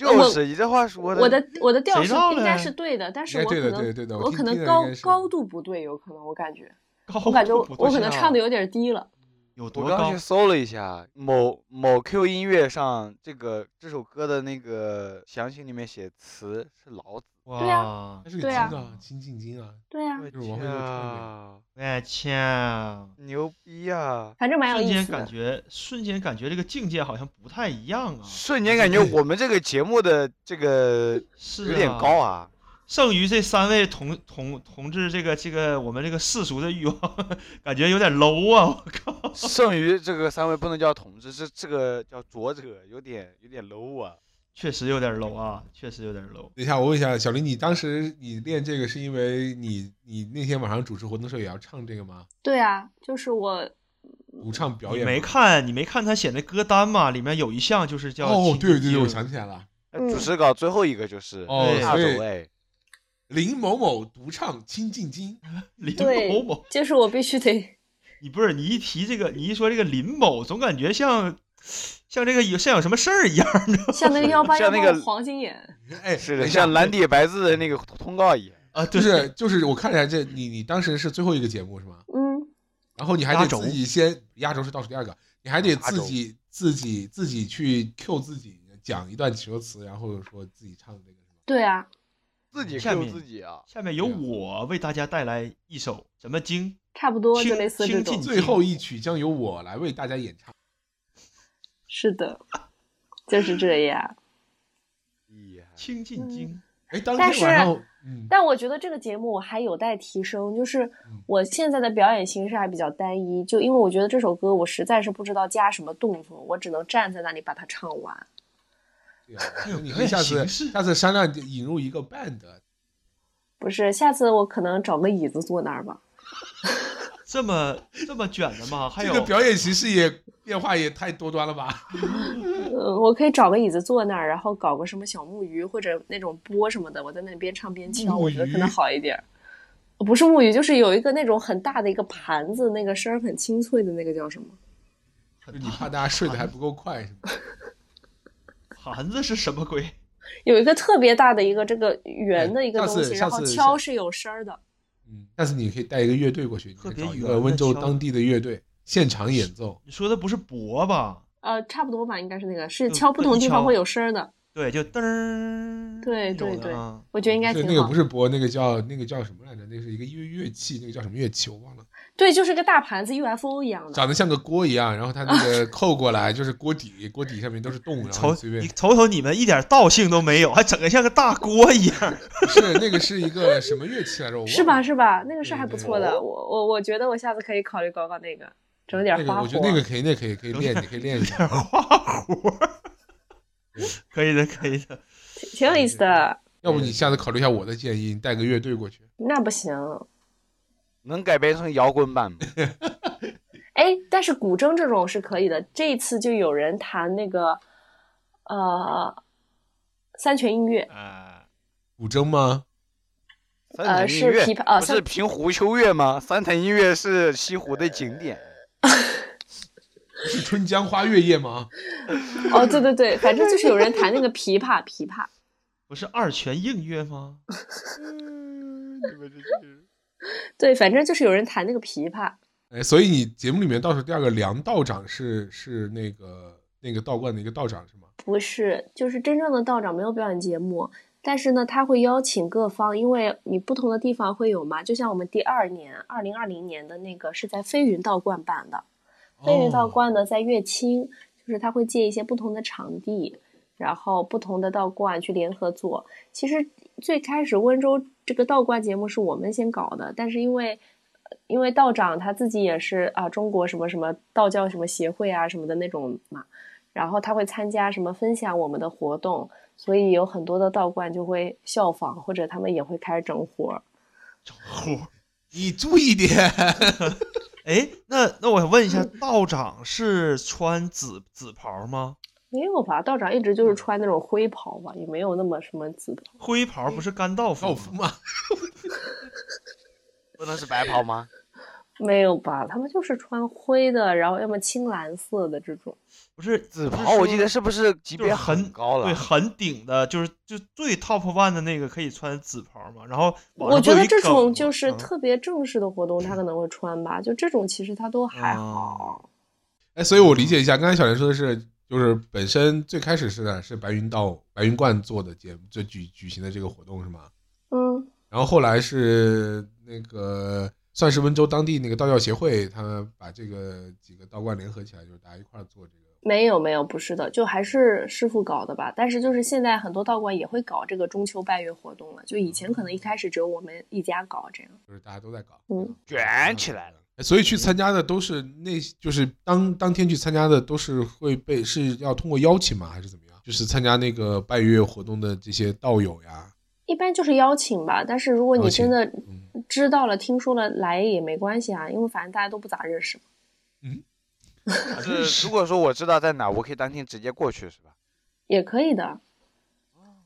Speaker 2: 我
Speaker 4: 就是你这话说
Speaker 2: 我的我的调
Speaker 3: 谁
Speaker 2: 是
Speaker 3: 知道
Speaker 2: 应该
Speaker 3: 呢
Speaker 2: 是对的，但是
Speaker 1: 应
Speaker 2: 我
Speaker 1: 该
Speaker 2: 可
Speaker 1: 哎对的
Speaker 2: 能
Speaker 1: 对的对的我
Speaker 2: 我
Speaker 1: 听
Speaker 2: 可
Speaker 1: 听
Speaker 2: 能
Speaker 1: 着
Speaker 2: 高
Speaker 1: 应该是
Speaker 2: 高度不对，有可能我感觉
Speaker 3: 高
Speaker 2: 我感觉
Speaker 3: 度
Speaker 2: 我
Speaker 3: 不
Speaker 2: 我可
Speaker 3: 对
Speaker 2: 能
Speaker 3: 啊
Speaker 2: 唱的有点低了。
Speaker 3: 有
Speaker 4: 我
Speaker 3: 多
Speaker 4: 刚
Speaker 3: 高
Speaker 1: 啊
Speaker 4: 去？搜了一下，某某 Q 音乐上这个这首歌的那个详情里面写词是老子。
Speaker 2: 对啊
Speaker 3: 哇
Speaker 1: 但，是你听
Speaker 2: 对啊
Speaker 1: 到金进京啊，
Speaker 2: 对啊，
Speaker 1: 就是王菲的
Speaker 4: 啊，
Speaker 3: 哎天，
Speaker 4: 牛逼啊！
Speaker 2: 反正蛮有
Speaker 3: 瞬
Speaker 2: 意
Speaker 3: 间
Speaker 2: 思的
Speaker 3: 感。觉，瞬间感觉这个境界好像不太一样啊，
Speaker 4: 瞬间感觉我们这个节目的
Speaker 1: *laughs*
Speaker 4: 这个
Speaker 3: 是
Speaker 4: 有点高
Speaker 3: 啊。
Speaker 4: 啊，
Speaker 3: 剩余这三位同同同志，这个这个我们这个世俗的欲望， *laughs* 感觉有点 low 啊！ *laughs* 我靠，
Speaker 4: 剩余这个三位不能叫同志，这这个叫浊者，有点有点 low 啊。
Speaker 3: 确实有点 low 啊，确实有点 low。
Speaker 1: 等一下，我问一下小林，你当时你练这个是因为你你那天晚上主持活动的时候也要唱这个吗？
Speaker 2: 对啊，就是我
Speaker 1: 独唱表
Speaker 3: 你
Speaker 1: 演吗
Speaker 3: 没看你没看他写那歌单嘛？里面有一项就是叫
Speaker 1: 哦，
Speaker 3: 情
Speaker 1: 对
Speaker 3: 景
Speaker 1: 对对，我
Speaker 3: 剧
Speaker 1: 想起来了，
Speaker 4: 那主
Speaker 2: 嗯
Speaker 4: 持稿最后一个就是
Speaker 1: 哦
Speaker 4: 大
Speaker 1: 所以
Speaker 4: 走哎，
Speaker 1: 林某某独唱《清静经》，
Speaker 3: 林某
Speaker 2: 对
Speaker 3: 某，，
Speaker 2: 就是我必须
Speaker 1: *laughs*
Speaker 2: 得
Speaker 3: 你不是你一提这个，你一说这个林某，总感觉像像这个有像有什么事儿
Speaker 1: *laughs*
Speaker 3: 一样。
Speaker 2: 像那个幺八幺
Speaker 4: 像那个
Speaker 2: 八黄金眼，
Speaker 1: 哎，
Speaker 4: 是
Speaker 1: 等
Speaker 4: 的，
Speaker 1: 一下嗯
Speaker 4: 像蓝底白字的那个通告一样。
Speaker 3: 啊，
Speaker 1: 就
Speaker 3: 对，
Speaker 1: 是就是，我看了一下这，你你当时是最后一个节目是吗？
Speaker 2: 嗯，
Speaker 1: 然后你还
Speaker 3: 压
Speaker 1: 得
Speaker 3: 轴
Speaker 1: 自己先压轴是倒数第二个，你还得
Speaker 4: 压
Speaker 1: 自
Speaker 4: 轴
Speaker 1: 己自己自己去 Q 自己讲一段求词，然后说自己唱这个是吗？
Speaker 2: 对啊，
Speaker 4: 自己
Speaker 3: 下
Speaker 4: Q
Speaker 3: 面
Speaker 4: 自己啊！
Speaker 3: *laughs* 下面由
Speaker 1: 对啊
Speaker 3: 我为大家带来一首什么经？
Speaker 2: 差不多就
Speaker 3: 亲
Speaker 2: 类似这
Speaker 3: 亲
Speaker 2: 种
Speaker 3: 近。
Speaker 1: 最后一曲将由我来为大家演唱。
Speaker 2: *laughs* 是的，就是这样。 *laughs*
Speaker 4: 厉害，
Speaker 3: 清净经。
Speaker 1: 哎，当
Speaker 2: 但
Speaker 1: 天晚
Speaker 2: 是
Speaker 1: 上，嗯，
Speaker 2: 但我觉得这个节目我还有待提升，就是
Speaker 3: 嗯
Speaker 2: 我现在的表演形式还比较单一，就因为我觉得这首歌我实在是不知道加什么动作，我只能站在那里把它唱完。
Speaker 1: 对啊
Speaker 3: 还有
Speaker 1: 你
Speaker 3: 表
Speaker 1: 可以
Speaker 3: 演
Speaker 1: 下次
Speaker 3: 形式
Speaker 1: 下次商量引入一个 band，
Speaker 2: 不是，下次我可能找个椅子坐那儿吧。
Speaker 3: 这么这么卷的吗？还
Speaker 1: 这
Speaker 3: 有
Speaker 1: 个表演形式也变化也太多端了吧？
Speaker 2: 呃，我可以找个椅子坐那儿，然后搞个什么小木鱼或者那种钵什么的，我在那里边唱边敲，
Speaker 1: 木
Speaker 2: 我觉得可能
Speaker 1: 鱼
Speaker 2: 好一点儿。不是木鱼，就是有一个那种很大的一个盘子，那个声儿很清脆的那个叫什么？
Speaker 1: 就你怕大家睡得还不够快是吗？
Speaker 3: 盘子是什么鬼？
Speaker 2: 有一个特别大的一个这个圆的一个
Speaker 1: 哎
Speaker 2: 东
Speaker 1: 上
Speaker 2: 西，
Speaker 1: 次
Speaker 2: 然后
Speaker 1: 上次
Speaker 2: 敲是有声儿的。
Speaker 1: 嗯，下次你可以带一个乐队过去，你可以
Speaker 3: 特别
Speaker 1: 找一
Speaker 3: 圆
Speaker 1: 个
Speaker 3: 的
Speaker 1: 温州
Speaker 3: 敲
Speaker 1: 当地的乐队现场演奏。
Speaker 3: 你说的不是钹吧？
Speaker 2: 呃，差不多吧，应该是那个，是
Speaker 1: 嗯
Speaker 3: 就
Speaker 2: 敲不同地
Speaker 3: 敲
Speaker 2: 方会有声儿的。
Speaker 3: 对，就噔儿
Speaker 2: 对
Speaker 3: 那种
Speaker 2: 对
Speaker 3: 的
Speaker 2: 对
Speaker 3: 啊
Speaker 2: 我觉得应该
Speaker 1: 嗯是
Speaker 2: 挺
Speaker 1: 那个
Speaker 2: 好
Speaker 1: 不。是拨，那个叫那个叫什么来着？那是一个乐乐器，那个叫什么乐器我忘了，
Speaker 2: 对，就是个大盘子 UFO 一样的。
Speaker 1: 长得像个锅一样，然后它那
Speaker 2: *laughs*
Speaker 1: 个扣过来就是锅底，锅底上面都是洞，然后
Speaker 3: 瞅
Speaker 1: 你随便
Speaker 3: 你。瞅瞅你们一点道性都没有，还整个像个大锅一样。 *laughs*
Speaker 1: 不是那个是一个什么乐器来着？我忘了
Speaker 2: 是吧？是吧？那个是还不
Speaker 1: 对对
Speaker 2: 错的，我我我觉得我下次可以考虑搞搞那个，整点
Speaker 1: 那个
Speaker 2: 花
Speaker 1: 我
Speaker 2: 火。
Speaker 1: 觉得那个可以，那个可以可以练，你可以练一下。
Speaker 3: 花活儿，可以的，可以的。
Speaker 2: 挺有意思的。
Speaker 1: 要不你下次考虑一下我的建议，你带个乐队过去。
Speaker 2: 那不行，
Speaker 4: 能改编成摇滚版吗？
Speaker 2: 哎，但是古筝这种是可以的。这一次就有人弹那个，呃，三泉映月，
Speaker 3: 啊，
Speaker 1: 古筝吗？
Speaker 4: 三
Speaker 2: 呃
Speaker 4: 潭
Speaker 2: 是
Speaker 4: 音乐
Speaker 2: 琵琶呃
Speaker 4: 不
Speaker 2: 三
Speaker 4: 是平湖秋月吗？三潭音乐是西湖的景点。
Speaker 1: 不是春江花月夜吗？
Speaker 2: 哦，对对对，反正就是有人弹那个琵琶，琵琶。
Speaker 3: 不是二泉映月吗？
Speaker 4: 嗯你们这是
Speaker 2: 对，反正就是有人弹那个琵琶，
Speaker 1: 哎，所以你节目里面倒数第二个梁道长是是那个那个道观的一个道长是吗？
Speaker 2: 不是，就是真正的道长没有表演节目，但是呢，他会邀请各方，因为你不同的地方会有嘛。就像我们第二年，二零二零年的那个是在飞云道观办的，飞云
Speaker 1: 哦
Speaker 2: 道观呢在乐清，就是他会借一些不同的场地，然后不同的道观去联合做。其实最开始温州这个道观节目是我们先搞的，但是因为因为道长他自己也是啊，中国什么什么道教什么协会啊什么的那种嘛，然后他会参加什么分享我们的活动，所以有很多的道观就会效仿，或者他们也会开始整活儿。
Speaker 3: 嚯！
Speaker 1: 你注意点，
Speaker 3: 哎，那那我想问一
Speaker 4: *laughs*
Speaker 3: 下，道长是穿紫紫袍吗？
Speaker 2: 没有吧？道长一直就是穿那种灰袍吧，也没有那么什么紫袍。
Speaker 3: 灰袍不是干道
Speaker 1: 道
Speaker 3: 服
Speaker 1: 夫
Speaker 3: 吗？
Speaker 1: 嘛，
Speaker 4: 不能是白袍吗？
Speaker 2: 没有吧？他们就是穿灰的，然后要么青蓝色的这种。
Speaker 3: 不是
Speaker 4: 紫
Speaker 3: 不是
Speaker 4: 袍我记
Speaker 3: 说
Speaker 4: 得是不是级
Speaker 3: 就是
Speaker 4: 别
Speaker 3: 很
Speaker 4: 高啊了？
Speaker 3: 对，很顶的，就是就最 top one 的那个可以穿紫袍嘛。然后
Speaker 2: 我
Speaker 3: 网上不
Speaker 2: 觉
Speaker 3: 有
Speaker 2: 得
Speaker 3: 一
Speaker 2: 这
Speaker 3: 梗
Speaker 2: 种
Speaker 3: 吗
Speaker 2: 就是
Speaker 3: 嗯
Speaker 2: 特别正式的活动，他可能会穿吧。就这种其实他都
Speaker 3: 嗯
Speaker 2: 还好。
Speaker 1: 哎，所以我理解一下，刚才小莲说的是，就是本身最开始是哪是白云道白云观做的节目，就举举行的这个活动是吗？
Speaker 2: 嗯，
Speaker 1: 然后后来是那个算是温州当地那个道教协会，他们把这个几个道观联合起来，就是大家一块儿做这个。
Speaker 2: 没有没有，不是的，就还是师傅搞的吧。但是就是现在很多道观也会搞这个中秋拜月活动了，就以前可能一开始只有我们一家搞这样。
Speaker 1: 就是大家都在搞，
Speaker 2: 嗯
Speaker 4: 卷起来了
Speaker 1: 哎。所以去参加的都是那，就是当当天去参加的都是会被是要通过邀请吗？还是怎么样？就是参加那个拜月活动的这些道友呀，
Speaker 2: 一般就是邀请吧，但是如果
Speaker 1: 邀
Speaker 2: 你
Speaker 1: 请
Speaker 2: 真的
Speaker 1: 嗯，
Speaker 2: 知道了、听说了来也没关系啊，因为反正大家都不咋认识嘛。
Speaker 4: 是如果说我知道在哪，我可以当天直接过去，是吧？
Speaker 2: 也可以的，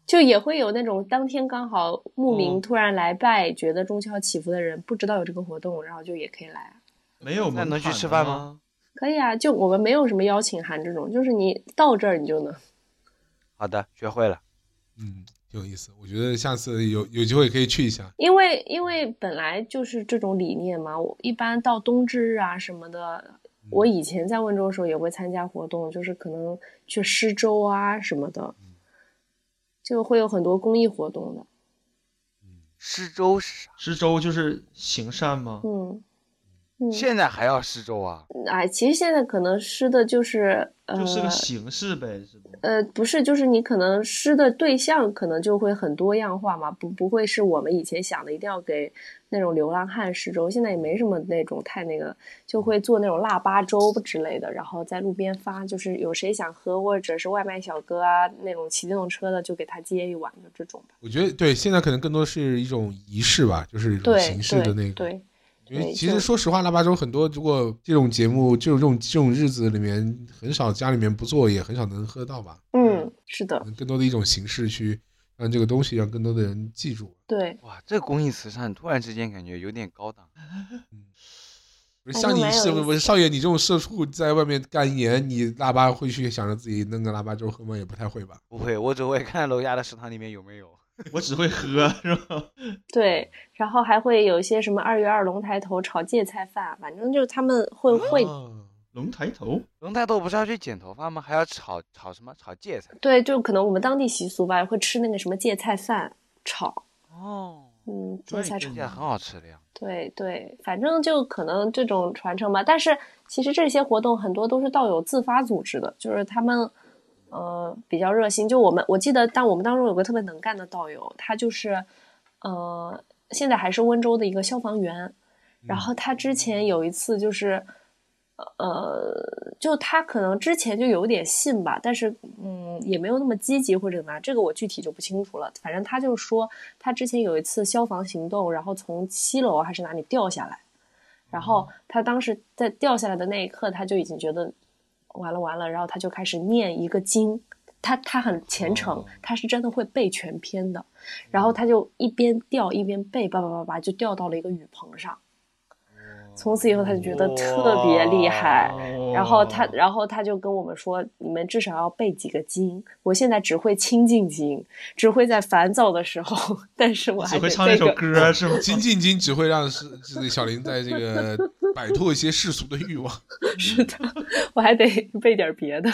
Speaker 2: 就也会有那种当天刚好牧民
Speaker 3: 哦
Speaker 2: 突然来拜，觉得中秋祈福的人不知道有这个活动，然后就也可以来啊。
Speaker 3: 没有
Speaker 4: 那
Speaker 3: 门
Speaker 4: 能去
Speaker 3: 槛
Speaker 4: 吃
Speaker 3: 的
Speaker 4: 饭吗
Speaker 3: 吗？
Speaker 2: 可以啊，就我们没有什么邀请函这种，就是你到这儿你就能。
Speaker 4: 好的，学会了。
Speaker 1: 嗯，挺有意思。我觉得下次有有机会可以去一下。
Speaker 2: 因为因为本来就是这种理念嘛，我一般到冬至啊什么的，
Speaker 1: 嗯
Speaker 2: 我以前在温州的时候也会参加活动，就是可能去施粥啊什么的，就会有很多公益活动的。
Speaker 1: 嗯
Speaker 4: 施粥是啥？
Speaker 3: 施粥啊就是行善吗？
Speaker 2: 嗯嗯，
Speaker 4: 现在还要施粥啊？
Speaker 2: 哎，其实现在可能施的就是呃
Speaker 3: 就是个形式呗，是不？
Speaker 2: 呃，不是，就是你可能施的对象可能就会很多样化嘛，不不会是我们以前想的一定要给那种流浪汉施粥，现在也没什么那种太那个，就会做那种腊八粥之类的，然后在路边发，就是有谁想喝或者是外卖小哥啊那种骑电动车的就给他接一碗，就这种吧。
Speaker 1: 我觉得对，现在可能更多是一种仪式吧，就是一种
Speaker 2: 对
Speaker 1: 形式的那个。
Speaker 2: 对
Speaker 1: 因为
Speaker 2: 对
Speaker 1: 其
Speaker 2: 就
Speaker 1: 实说实话，腊八粥很多，如果这种节目就这种这种日子里面，很少家里面不做，也很少能喝到吧。
Speaker 2: 对，嗯，是的，
Speaker 1: 更多的一种形式去让这个东西让更多的人记住。
Speaker 2: 对，
Speaker 4: 哇，这公益慈善突然之间感觉有点高档。
Speaker 1: 不是
Speaker 2: 哎
Speaker 1: 像
Speaker 2: 那
Speaker 1: 你
Speaker 2: 蛮有
Speaker 1: 是
Speaker 2: 意
Speaker 1: 不是少爷，你这种社畜在外面干研，你腊八会去想着自己弄个腊八粥喝吗？也不太会吧。
Speaker 4: 不会，我只会看楼下的食堂里面有没有。
Speaker 3: 我只会喝，是吧？
Speaker 2: 对，然后还会有一些什么二月二龙抬头炒芥菜饭，反正就是他们会会
Speaker 1: 啊
Speaker 3: 龙抬头，
Speaker 2: *laughs*
Speaker 4: 龙抬头不是要去剪头发吗？还要炒炒什么？炒芥菜。
Speaker 2: 对，就可能我们当地习俗吧，会吃那个什么芥菜饭炒，
Speaker 4: 哦，
Speaker 2: 嗯，芥
Speaker 3: 对
Speaker 2: 菜
Speaker 3: 对
Speaker 2: 炒
Speaker 4: 这，样很好吃的呀。
Speaker 2: 对对，反正就可能这种传承吧。但是其实这些活动很多都是道友自发组织的，就是他们呃比较热心。就我们我记得，当我们当中有个特别能干的道友，他就是呃现在还是温州的一个消防员，然后他之前有一次就是，呃，就他可能之前就有点信吧，但是嗯，也没有那么积极或者怎么样，这个我具体就不清楚了。反正他就说，他之前有一次消防行动，然后从七楼还是哪里掉下来，然后他当时在掉下来的那一刻，他就已经觉得完了完了，然后他就开始念一个经，他他很虔诚
Speaker 1: 哦，
Speaker 2: 他是真的会背全篇的，然后他就一边掉一边背，叭叭叭叭就掉到了一个雨棚上。从此以后他就觉得特别厉害，
Speaker 3: 哇
Speaker 2: 哎然后他，然后他就跟我们说，你们至少要背几个经。我现在只会清净经，只会在烦躁的时候，但是我还
Speaker 3: 只
Speaker 2: 得
Speaker 3: 会唱一
Speaker 2: 这
Speaker 3: 首
Speaker 2: 个。
Speaker 3: 歌是吗？ *laughs*
Speaker 1: 金进京只会让是是小林在这
Speaker 2: *laughs*
Speaker 1: 个摆脱一些世俗的欲望。
Speaker 2: 是的， *laughs* 我还得背点别的。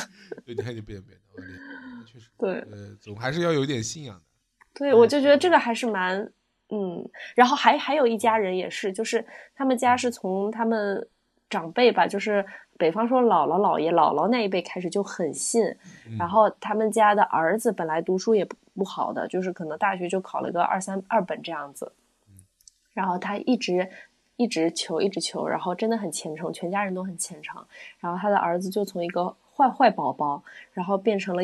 Speaker 1: 对，你看你变变的，我的确实，
Speaker 2: 对
Speaker 1: 呃，总还是要有点信仰的。
Speaker 3: 哎
Speaker 2: 对，我就觉得这个还是蛮嗯。然后还还有一家人也是，就是他们家是从他们长辈吧，就是北方说姥姥姥爷姥姥那一辈开始就很信，
Speaker 1: 嗯
Speaker 2: 然后他们家的儿子本来读书也不不好的，就是可能大学就考了个二三二本这样子，
Speaker 4: 嗯
Speaker 2: 然后他一直一直求一直求，然后真的很虔诚，全家人都很虔诚。然后他的儿子就从一个坏坏宝宝，然后变成了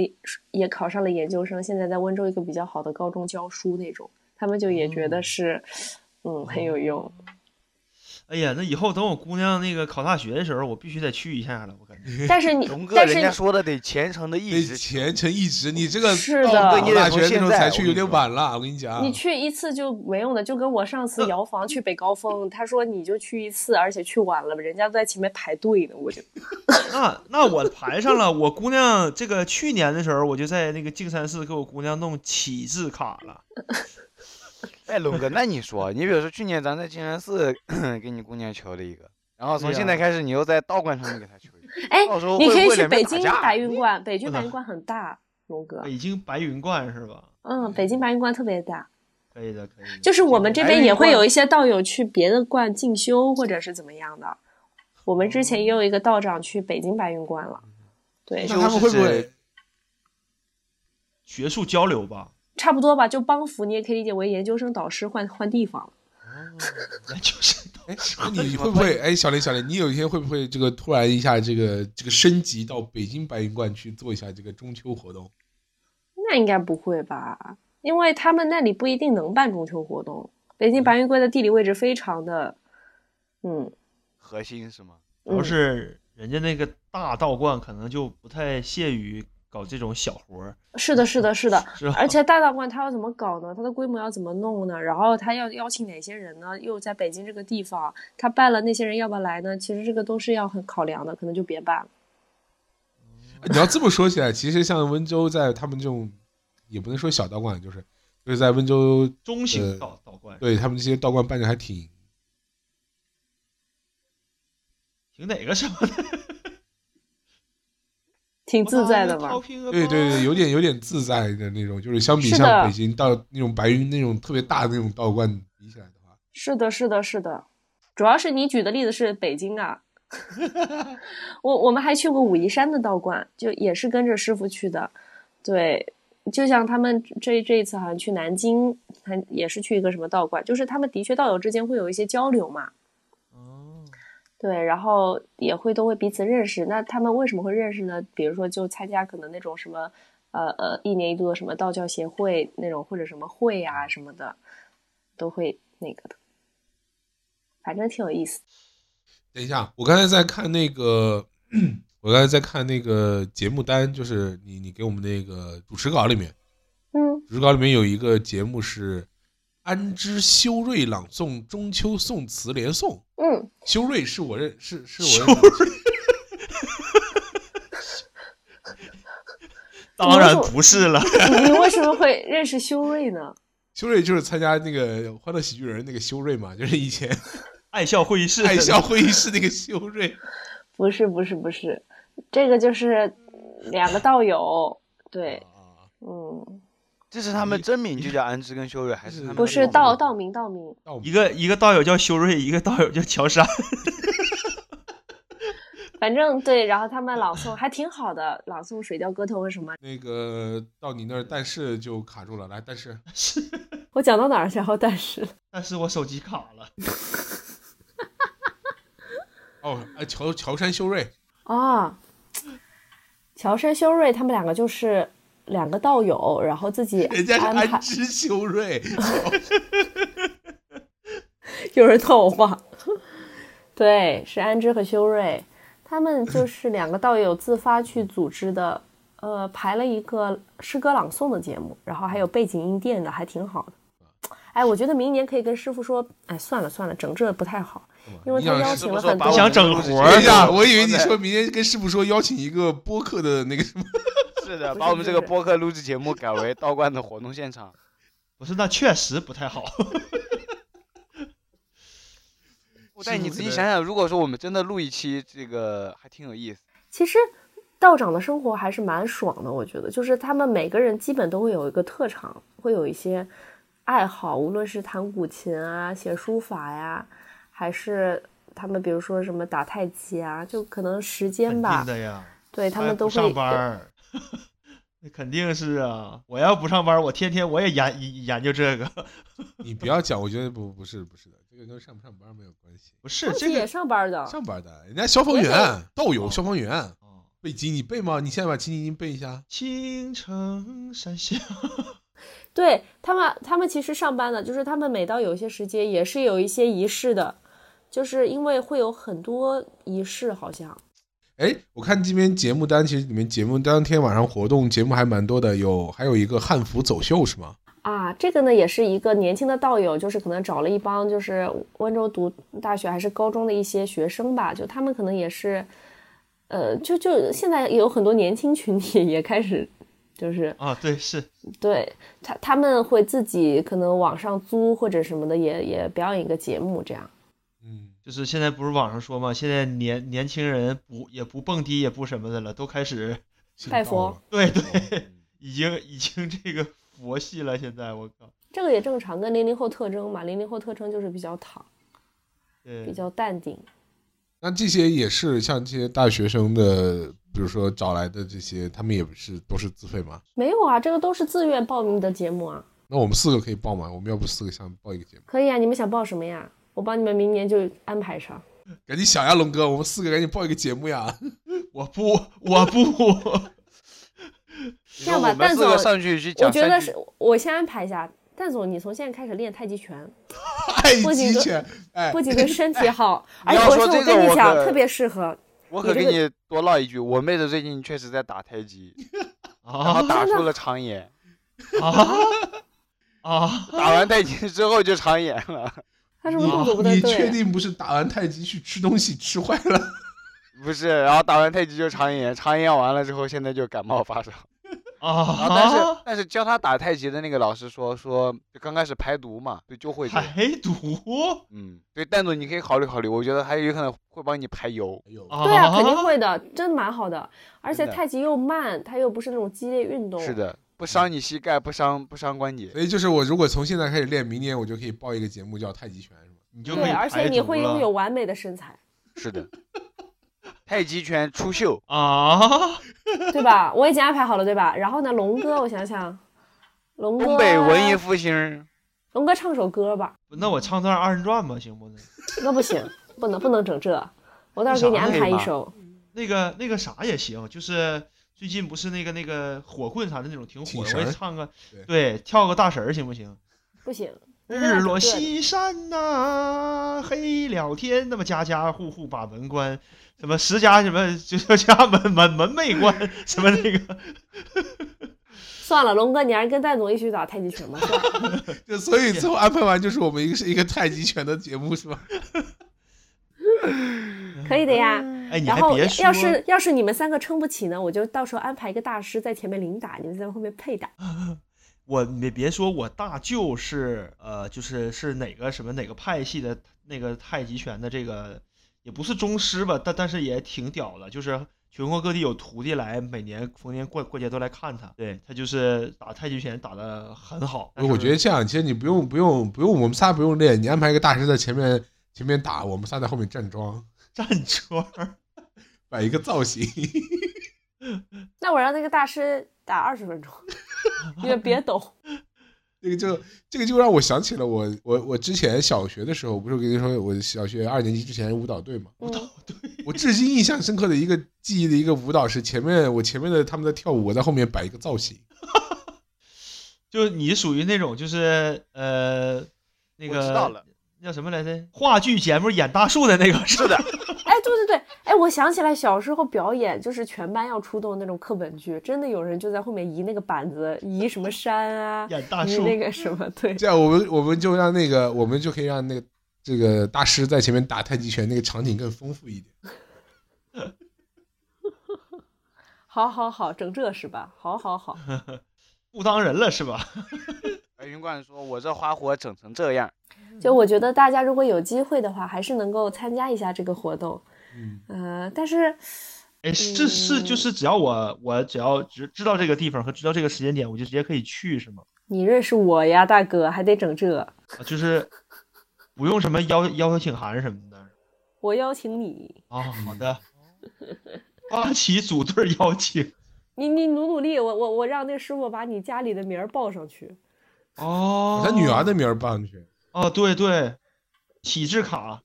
Speaker 2: 也考上了研究生，现在在温州一个比较好的高中教书那种。他们就也觉
Speaker 4: 哦
Speaker 2: 得是，嗯，很有用。
Speaker 3: 哎呀，那以后等我姑娘那个考大学的时候，我必须得去一下了，我感觉。
Speaker 2: 但是
Speaker 4: *laughs*
Speaker 2: 你
Speaker 4: 龙，哥，
Speaker 2: 但是
Speaker 4: 嗯人家
Speaker 2: 你
Speaker 4: 说的得虔诚的一
Speaker 1: 得
Speaker 4: 直
Speaker 1: 虔诚一直，你这个
Speaker 2: 是
Speaker 1: 到
Speaker 2: 的
Speaker 1: 到
Speaker 2: 对
Speaker 4: 你得
Speaker 1: 大
Speaker 4: 从
Speaker 1: 学那
Speaker 4: 现
Speaker 1: 时候
Speaker 4: 在
Speaker 1: 才
Speaker 4: 我
Speaker 1: 去
Speaker 4: 跟
Speaker 1: 有
Speaker 4: 你
Speaker 1: 点
Speaker 4: 说
Speaker 1: 晚了，我跟你
Speaker 4: 啊
Speaker 1: 讲。啊
Speaker 2: 你去一次就没用的，就跟我上次摇房去北高峰，他说你就去一次，而且去晚了，人家都在前面排队呢，我就
Speaker 3: 那那我排上了，我姑娘这个去年的时候，我就在那个静山寺给我姑娘弄启智卡了。
Speaker 4: 哎，龙哥，那你说，你比如说去年咱在金山寺给你姑娘求了一个，然后从
Speaker 3: 对
Speaker 4: 现
Speaker 3: 呀
Speaker 4: 在开始你又在道观上面给她求一个，
Speaker 2: 哎
Speaker 4: 到时候，
Speaker 2: 你
Speaker 4: 哦会
Speaker 2: 可以去
Speaker 4: 会两边
Speaker 2: 北
Speaker 4: 打
Speaker 2: 京
Speaker 4: 架嗯哎
Speaker 2: 白云观，北京
Speaker 3: 我
Speaker 2: 白
Speaker 3: 操
Speaker 2: 云观很大，龙哥，
Speaker 3: 北京白云观是吧？
Speaker 2: 嗯，北京白云观特别大，
Speaker 3: 可以的，可以的。
Speaker 2: 就是我们这
Speaker 4: 白
Speaker 2: 边
Speaker 4: 云
Speaker 2: 也会
Speaker 4: 观
Speaker 2: 有一些道友去别的观进修或者是怎么样的。我们之前也有一个道长去北京白云观了，
Speaker 4: 嗯
Speaker 2: 对
Speaker 1: 那，
Speaker 4: 就
Speaker 1: 他们
Speaker 4: 是
Speaker 1: 会不会
Speaker 4: 指
Speaker 3: 学术交流吧。
Speaker 2: 差不多吧，就帮扶你也可以理解为研究生导师换换地方了。
Speaker 3: 研究生导
Speaker 1: *laughs* 哎
Speaker 3: 师，，
Speaker 1: 那
Speaker 4: 为
Speaker 1: 你
Speaker 4: 什么
Speaker 1: 会不会？哎，小林，小林，你有一天会不会这个突然一下这个这个升级到北京白云观去做一下这个中秋活动？
Speaker 2: 那应该不会吧？因为他们那里不一定能办中秋活动。北京白云观的地理位置非常的，嗯，
Speaker 4: 核心是吗？
Speaker 3: 主要
Speaker 2: 嗯
Speaker 3: 是人家那个大道观可能就不太屑于搞这种小活儿，
Speaker 2: 是的，是的，是的。
Speaker 3: 是吧？
Speaker 2: 而且大道观它要怎么搞呢？它的规模要怎么弄呢？然后它要邀请哪些人呢？又在北京这个地方，他办了那些人要不要来呢？其实这个都是要很考量的，可能就别办了。
Speaker 1: 你要这么说起来，其实像温州在他们这种，也不能说小道观，就是就是在温州
Speaker 3: 中型
Speaker 1: 呃
Speaker 3: 道道观，
Speaker 1: 对他们这些道观办的还挺
Speaker 3: 挺哪个什么的，
Speaker 2: 挺 *laughs* 自在
Speaker 3: *laughs*
Speaker 2: 的
Speaker 3: 嘛
Speaker 2: 嘛。。
Speaker 1: 对对对，有点有点自在的那种，就是相比
Speaker 2: 是的
Speaker 1: 像北京到那种白云那种特别大的那种道观比起来的话，
Speaker 2: 是的，是的，是的。主要是你举的例子是北京啊，我我们还去过武夷山的道观，就也是跟着师傅去的。对，就像他们这这一次好像去南京，还也是去一个什么道观，就是他们的确道友之间会有一些交流嘛。
Speaker 3: 哦，
Speaker 2: 对，然后也会都会彼此认识。那他们为什么会认识呢？比如说，就参加可能那种什么，呃呃，一年一度的什么道教协会那种，或者什么会啊什么的，都会那个的，反正挺有意思。
Speaker 1: 等一下，我刚才在看那个， *clears throat* 我刚才在看那个节目单，就是你你给我们那个主持稿里面，
Speaker 2: 嗯，
Speaker 1: 主持稿里面有一个节目是安之修睿朗诵中秋宋词联诵，
Speaker 2: 嗯，
Speaker 1: 修睿是我认是是我认识的，
Speaker 3: 当然不是了，
Speaker 2: *laughs* 你为什么会认识修睿呢？
Speaker 1: 修睿就是参加那个《欢乐喜剧人》那个修睿嘛，就是以前
Speaker 3: 爱笑会议室，
Speaker 1: 爱笑会议室那个修睿。
Speaker 2: *laughs* 不是，不是，不是，这个就是两个道友，对，
Speaker 1: 啊，
Speaker 2: 嗯，
Speaker 4: 这是他们真名就叫安之跟修睿，还
Speaker 1: 就是
Speaker 4: 他们
Speaker 2: 不
Speaker 4: 的
Speaker 2: 是
Speaker 4: 网
Speaker 2: 道
Speaker 4: 名
Speaker 2: 道明道明，
Speaker 1: 到我们
Speaker 3: 一个一个道友叫修睿，一个道友叫乔杉，
Speaker 2: 反正对，然后他们朗诵还挺好的，朗诵《水调歌头》什么。
Speaker 1: 那个到你那儿，但是就卡住了。来，但是
Speaker 2: 我讲到哪儿？然后但是。
Speaker 3: 但是我手机卡了。
Speaker 1: 哦，哎，乔乔杉修睿，
Speaker 2: 啊，乔杉、修睿他们两个就是两个道友，然后自己
Speaker 1: 人家是
Speaker 2: 安排
Speaker 1: 安。之修睿，
Speaker 2: 有人套我话，对，是安之和修睿，他们就是两个道友自发去组织的，呃，排了一个诗歌朗诵的节目，然后还有背景音垫的，还挺好的。哎，我觉得明年可以跟师傅说，哎，算了算了，整这不太好，因为
Speaker 1: 你
Speaker 2: 他
Speaker 1: 想
Speaker 2: 邀
Speaker 1: 师
Speaker 2: 请
Speaker 4: 傅
Speaker 2: 了
Speaker 4: 说
Speaker 2: 很
Speaker 4: 把
Speaker 2: 多
Speaker 4: 我
Speaker 3: 想
Speaker 4: 们
Speaker 3: 整
Speaker 4: 录制
Speaker 3: 活
Speaker 4: 节
Speaker 3: 儿
Speaker 1: 等一
Speaker 4: 目
Speaker 1: 下，我以为你
Speaker 4: 放在
Speaker 1: 说明天跟师傅说邀请一个播客的那个什么，
Speaker 4: 是的，
Speaker 2: 不
Speaker 4: 把
Speaker 2: 是
Speaker 4: 我们
Speaker 2: 就
Speaker 4: 这个
Speaker 2: 是
Speaker 4: 播客录制节目改为道观的活动现场。
Speaker 3: 不是，那确实不太好。
Speaker 4: 但你
Speaker 1: 可
Speaker 4: 仔细
Speaker 1: 能
Speaker 4: 想想，如果说我们真的录一期这个，还挺有意思。
Speaker 2: 其实道长的生活还是蛮爽的，我觉得，就是他们每个人基本都会有一个特长，会有一些爱好，无论是弹古琴啊、写书法呀、还是他们比如说什么打太极啊，就可能时间
Speaker 3: 肯
Speaker 2: 吧
Speaker 3: 定，的呀，
Speaker 2: 对他
Speaker 3: 还
Speaker 2: 们
Speaker 3: 哎不
Speaker 2: 都会
Speaker 3: 上班儿。 *laughs* 那肯定是啊！我要不上班儿，我天天我也研研究这个。
Speaker 1: 你不要讲，我觉得不不是不是的，这个跟上不上班没有关系。
Speaker 3: 不是
Speaker 2: 自
Speaker 3: 这
Speaker 2: 己也
Speaker 3: 个
Speaker 2: 上班的，
Speaker 1: 上班的，人家消防员、道友、消防员
Speaker 3: 哦，
Speaker 1: 背经你背吗？你现在把经济背一下。
Speaker 3: 青城山下， *laughs*
Speaker 2: 对他们，他们其实上班的，就是他们每到有一些时间也是有一些仪式的，就是因为会有很多仪式，好像
Speaker 1: 哎，我看这边节目单，其实你们节目当天晚上活动节目还蛮多的，有还有一个汉服走秀是吗？
Speaker 2: 啊，这个呢也是一个年轻的道友，就是可能找了一帮就是温州读大学还是高中的一些学生吧，就他们可能也是，呃，就就现在有很多年轻群体也开始。就是
Speaker 3: 啊，对，是
Speaker 2: 对他，他们会自己可能网上租或者什么的也，也表演一个节目这样。
Speaker 1: 嗯，
Speaker 3: 就是现在不是网上说嘛，现在年年轻人不也不蹦迪也不什么的了，都开始
Speaker 1: 信
Speaker 2: 拜
Speaker 1: 道啊嗯
Speaker 2: 佛
Speaker 1: 了。
Speaker 3: 对对，已经已经这个佛系了。现在我靠，
Speaker 2: 这个也正常，跟零零后特征嘛，零零后特征就是比较躺，
Speaker 3: 对
Speaker 2: 比，较淡定。
Speaker 1: 那这些也是像这些大学生的，比如说找来的这些，他们也是都是自费吗？
Speaker 2: 没有啊，这个都是自愿报名的节目啊，
Speaker 1: 那我们四个可以报吗？我们要不四个想报一个节目？
Speaker 2: 可以啊，你们想报什么呀？我帮你们明年就安排上。
Speaker 1: 赶紧想呀，龙哥，我们四个赶紧报一个节目呀！
Speaker 3: 我不我不 *laughs*
Speaker 4: 这
Speaker 2: 样吧蛋
Speaker 4: 四个
Speaker 2: 总
Speaker 4: 上去去
Speaker 2: 我
Speaker 4: 讲
Speaker 2: 觉得
Speaker 4: 三
Speaker 2: 是
Speaker 4: 句，
Speaker 2: 我先安排一下，蛋总，你从现在开始练太极拳，
Speaker 1: 太
Speaker 2: 不仅
Speaker 1: 极
Speaker 2: 都
Speaker 1: 拳，哎
Speaker 2: 不，仅对身体好，
Speaker 4: *laughs*
Speaker 2: 而
Speaker 4: 你
Speaker 2: 且
Speaker 4: 要
Speaker 2: 我
Speaker 4: 说
Speaker 2: 我
Speaker 4: 这个
Speaker 2: 跟你
Speaker 4: 我
Speaker 2: 讲，
Speaker 4: 可
Speaker 2: 特别适合。
Speaker 4: 我
Speaker 2: 你
Speaker 4: 可
Speaker 2: 这
Speaker 4: 给
Speaker 2: 个
Speaker 4: 你多唠一句，我妹子最近确实在打太极，然
Speaker 3: 啊
Speaker 4: 后打出了肠炎，
Speaker 3: 啊啊！
Speaker 4: 打完太极之后就肠炎了。
Speaker 2: 他是不
Speaker 1: 你
Speaker 2: 是动作不太
Speaker 1: 你确
Speaker 2: 对？啊
Speaker 1: 定不是打完太极去吃东西吃坏了？
Speaker 4: 不是，然后打完太极就肠炎，肠炎完了之后，现在就感冒发烧。然后但是、
Speaker 3: 啊！
Speaker 4: 但是教他打太极的那个老师说说，就刚开始排毒嘛，对，就会这样。
Speaker 3: 排毒
Speaker 4: 嗯，对，蛋总你可以考虑考虑，我觉得还有可能会帮你排油。
Speaker 1: 哎呦，
Speaker 3: 啊！
Speaker 2: 对啊，肯定会
Speaker 4: *laughs*
Speaker 2: 的，真蛮好的。而且
Speaker 4: 真的
Speaker 2: 太极又慢，它又不是那种激烈运动。
Speaker 4: 是。的，不伤你膝盖，不伤不伤关节。
Speaker 1: 所以就是我如果从现在开始练，明年我就可以报一个节目叫太极拳，是吗？
Speaker 3: 你就可
Speaker 2: 对，
Speaker 3: 以
Speaker 2: 而且
Speaker 3: 排
Speaker 2: 你
Speaker 3: 毒
Speaker 2: 会拥
Speaker 3: 了
Speaker 2: 有完美的身材，
Speaker 4: 是的，太极拳出秀，
Speaker 3: 啊！
Speaker 2: 对吧？我已经安排好了，对吧？然后呢，龙哥，我想想，龙哥，
Speaker 4: 东北文艺复兴。
Speaker 2: 龙哥唱首歌吧？
Speaker 3: 那我唱段二人转吧，行不？
Speaker 2: 那不行，不能不能整这，我到时候给你安排一首。
Speaker 3: 那个那个啥也行，就是最近不是那个那个火棍啥的那种挺火
Speaker 1: 请
Speaker 3: 的，
Speaker 1: 神
Speaker 3: 我
Speaker 1: 儿
Speaker 3: 也唱个
Speaker 1: 对
Speaker 3: 对，跳个大神儿行不行？
Speaker 2: 不行，
Speaker 3: 日落西山呐、黑了天，那么家家户户把门关，什么十家什么就就家门 *laughs* 门门没关，什么那个
Speaker 2: 算了，龙哥，你还是跟戴总一起去打太极拳吧。算了
Speaker 1: 就所以最后安排完就是我们一个是一个太极拳的节目，是吧？
Speaker 2: 可以的呀。
Speaker 3: 哎，
Speaker 2: 嗯
Speaker 3: 嗯你
Speaker 2: 然
Speaker 3: 还
Speaker 2: 后
Speaker 3: 别说，
Speaker 2: 要是要是你们三个撑不起呢，我就到时候安排一个大师在前面领打，你们在后面配打。
Speaker 3: 我你别说，我大舅是呃，就是是哪个什么哪个派系的那个太极拳的这个，也不是宗师吧，但但是也挺屌的，就是全国各地有徒弟来，每年逢年过过节都来看他。对他就是打太极拳打得很好，但
Speaker 1: 我
Speaker 3: 是
Speaker 1: 觉得这样，其实你不用不用不用，我们仨不用练，你安排一个大师在前面前面打，我们仨在后面站桩，
Speaker 3: 站桌儿
Speaker 1: 摆一个造型。
Speaker 2: 那我让那个大师打二十分
Speaker 3: *laughs*
Speaker 2: 钟，你们别抖。
Speaker 1: 这个就这个就让我想起了我我我之前小学的时候，不是跟你说我小学二年级之前舞蹈队嘛，
Speaker 2: 嗯，
Speaker 1: *laughs* 我至今印象深刻的一个记忆的一个舞蹈是前面我前面的他们在跳舞，我在后面摆一个造型。
Speaker 3: 就你属于那种就是呃那
Speaker 4: 我知道
Speaker 3: 个
Speaker 4: 了，
Speaker 3: 叫什么来着？话剧节目演大树的那个是
Speaker 4: 是的，
Speaker 2: 哎，对对对，哎，我想起来小时候表演，就是全班要出动那种课本剧，真的有人就在后面移那个板子，移什么山
Speaker 3: *laughs*
Speaker 2: 啊，
Speaker 3: *laughs* 演大
Speaker 2: 移
Speaker 3: 树，
Speaker 2: 那个什么，对，
Speaker 1: 这样我们我们就让那个我们就可以让那个这个大师在前面打太极拳，那个场景更丰富一点。
Speaker 2: 好好好，整这是吧？好好好，
Speaker 3: 不当人了是吧？
Speaker 4: 白云观说：“我这花火整成这样，
Speaker 2: 就我觉得大家如果有机会的话，还是能够参加一下这个活动，
Speaker 1: 嗯，
Speaker 2: 呃，但是
Speaker 3: 哎，是是，就是只要我我只要知知道这个地方和知道这个时间点，我就直接可以去是吗？
Speaker 2: 你认识我呀，大哥，还得整这，
Speaker 3: 啊就是不用什么邀邀请函什么的
Speaker 2: 我邀请你，
Speaker 3: 啊。好的， *laughs* 八旗组队邀请
Speaker 2: 你你努努力，我我我让那师傅把你家里的名儿报上去，
Speaker 3: 哦
Speaker 1: 把，他女儿的名儿报上去。
Speaker 3: 哦，对对，体质卡，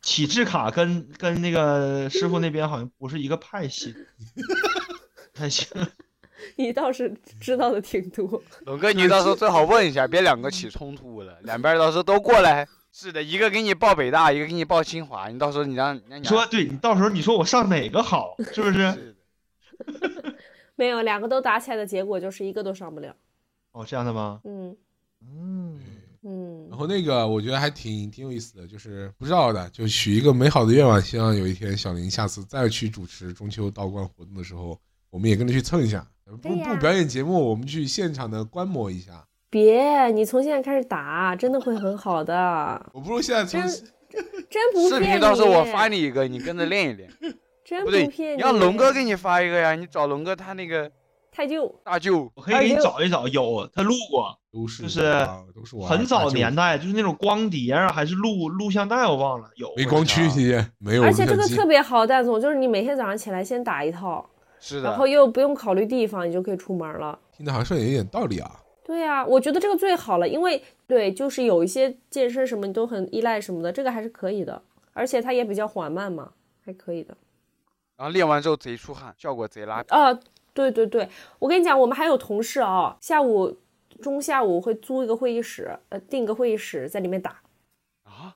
Speaker 3: 体质卡跟跟那个师傅那边好像不是一个派系的，派系。
Speaker 2: 你倒是知道的挺多。
Speaker 4: *laughs* 龙哥，你到时候最好问一下，别两个起冲突了，两边到时候都过来。 *laughs* 是的，一个给你报北大，一个给你报清华，你到时候你让让你
Speaker 3: 你说对你到时候你说我上哪个好，是不是？
Speaker 4: 是的，
Speaker 2: 没有，两个都打起来的结果就是一个都上不了。
Speaker 3: 哦，这样的吗？
Speaker 2: 嗯
Speaker 3: 嗯，
Speaker 2: 嗯
Speaker 1: 然，后那个我觉得还挺挺有意思的，就是不知道的，就许一个美好的愿望，希望有一天小林下次再去主持中秋道观活动的时候，我们也跟着去蹭一下。不
Speaker 2: 对呀
Speaker 1: 不表演节目，我们去现场的观摩一下。
Speaker 2: 别，你从现在开始打，真的会很好的，
Speaker 1: 我不如现在从
Speaker 2: 真不
Speaker 4: 视
Speaker 2: 骗你。
Speaker 4: 频到时候我发，你一个，你跟着练一练。
Speaker 2: 真
Speaker 4: 不对，
Speaker 2: 骗
Speaker 4: 你
Speaker 2: 你。
Speaker 4: 让龙哥给你发一个呀，你找龙哥他那个
Speaker 2: 太舅，
Speaker 4: 大舅。
Speaker 2: 哦
Speaker 3: 我可以
Speaker 1: 哎
Speaker 3: 给你找一找，有他录过，
Speaker 1: 都是
Speaker 3: 就是
Speaker 1: 我啊都是我啊
Speaker 3: 很早年，
Speaker 1: 大
Speaker 3: 代就是那种光碟啊，还是录录像带，我忘了有。
Speaker 1: 舅没光驱，
Speaker 3: 我
Speaker 1: 期间没有
Speaker 2: 而
Speaker 1: 录
Speaker 2: 且
Speaker 1: 像
Speaker 2: 这个
Speaker 1: 机
Speaker 2: 特别好，蛋总，就是你每天早上起来先打一套，
Speaker 4: 是
Speaker 2: 然
Speaker 4: 的
Speaker 2: 后，又不用考虑地方，你就可以出门了。
Speaker 1: 听着好像说得有点道理啊。
Speaker 2: 对呀、我觉得这个最好了，因为对，就是有一些健身什么你都很依赖什么的，这个还是可以的，而且它也比较缓慢嘛，还可以的。
Speaker 4: 然后练完之后贼出汗，效果贼拉。
Speaker 2: 啊，对对对，我跟你讲，我们还有同事啊、下午中下午会租一个会议室，呃，订个会议室在里面打，哦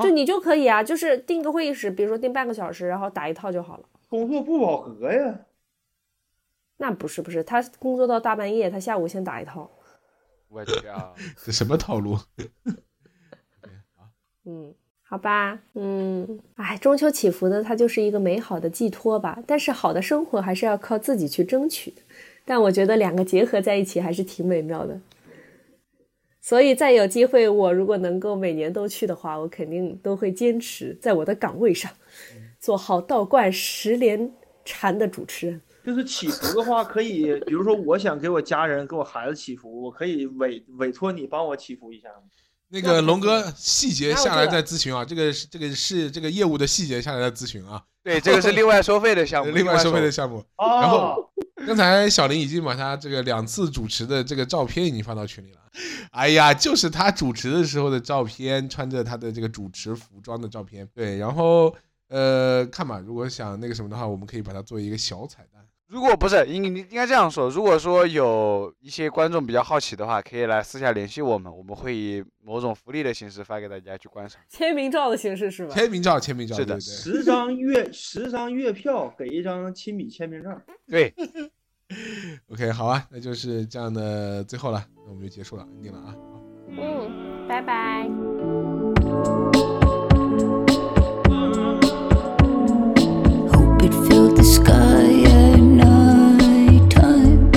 Speaker 2: *laughs*
Speaker 4: 啊
Speaker 2: 就！你就可以啊，就是订个会议室，比如说订半个小时，然后打一套就好了。
Speaker 3: 工作不饱和呀。
Speaker 2: 那不是不是，他工作到大半夜，他下午先打一套，
Speaker 4: 我去啊！
Speaker 1: 这什么套路？
Speaker 2: 嗯。好吧，嗯，哎，中秋祈福呢，它就是一个美好的寄托吧。但是好的生活还是要靠自己去争取的。但我觉得两个结合在一起还是挺美妙的。所以再有机会，我如果能够每年都去的话，我肯定都会坚持在我的岗位上，做好道观十连禅的主持人。
Speaker 3: 就是祈福的话，可以，比如说我想给我家人、给我孩子祈福，我可以委委托你帮我祈福一下吗？
Speaker 1: 那个龙哥细节下来
Speaker 2: 哪有这
Speaker 1: 再咨询啊，这个是这个是这个业务的细节下来再咨询啊，
Speaker 4: 对，这个是另外收费的项目，
Speaker 1: 另外收费的
Speaker 4: 项
Speaker 1: 项目。
Speaker 3: 啊
Speaker 1: 然后刚才小林已经把他这个两次主持的这个照片已经发到群里了。哎呀，就是他主持的时候的照片，穿着他的这个主持服装的照片。对，然后呃，看吧，如果想那个什么的话，我们可以把它作为一个小彩蛋。
Speaker 4: 如果不是，应你应该这样说，如果说有一些观众比较好奇的话，可以来私下联系我们，我们会以某种福利的形式发给大家去观赏。
Speaker 2: 签名照的形式是吧？
Speaker 1: 签名照，签名照，
Speaker 4: 是的
Speaker 1: 对对。
Speaker 3: 十张月十张月票给一张亲笔签名照。
Speaker 4: 对，
Speaker 1: OK，好啊，那就是这样的最后了，那我们就结束了，定了啊。好
Speaker 2: 嗯，拜拜。
Speaker 5: Hope it filled the sky at night time.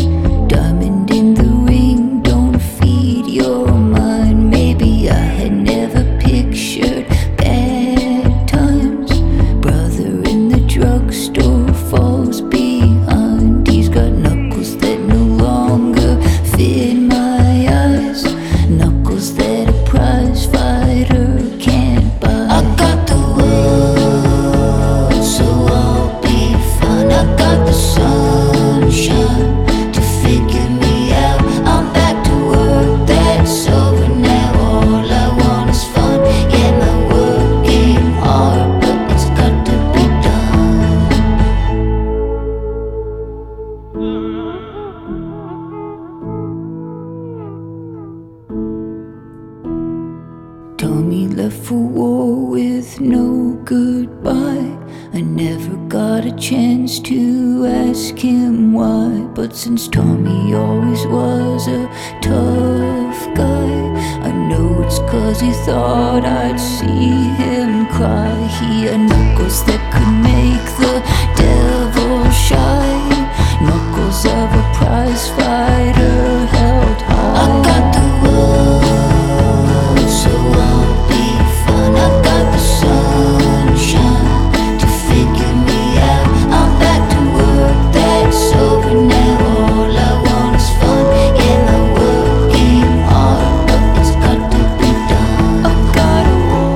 Speaker 5: Diamond in the ring, don't feed your mind. Maybe I had never pictured bad times. Brother in the drugstore falls behind. He's got knuckles that no longer fit my eyes. Knuckles that a prize fighter can't buy. I got the wood. Mommy left for war with no goodbye. I never got a chance to ask him why. But since Tommy always was a tough guy, I know it's cause he thought I'd see him cry. He had knuckles that could make the devil shy. Knuckles of a prize fighter held high. I got the world, so I'll be fine. I got the sunshine to figure me out. I'm back to work, that's over now. All I want is fun. Yeah, my work came hard, but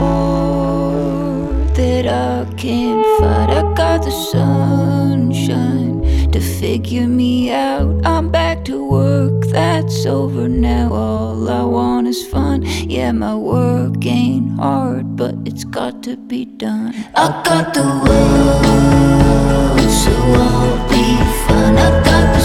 Speaker 5: it's got to be done. I got a war that I can't fight. I got the sunshine to figure me out. I'm back to work, that's over now. All I want is fun. Yeah, my work ain't hard, but it's got to be done. I got the world, so I'll be fun. I got the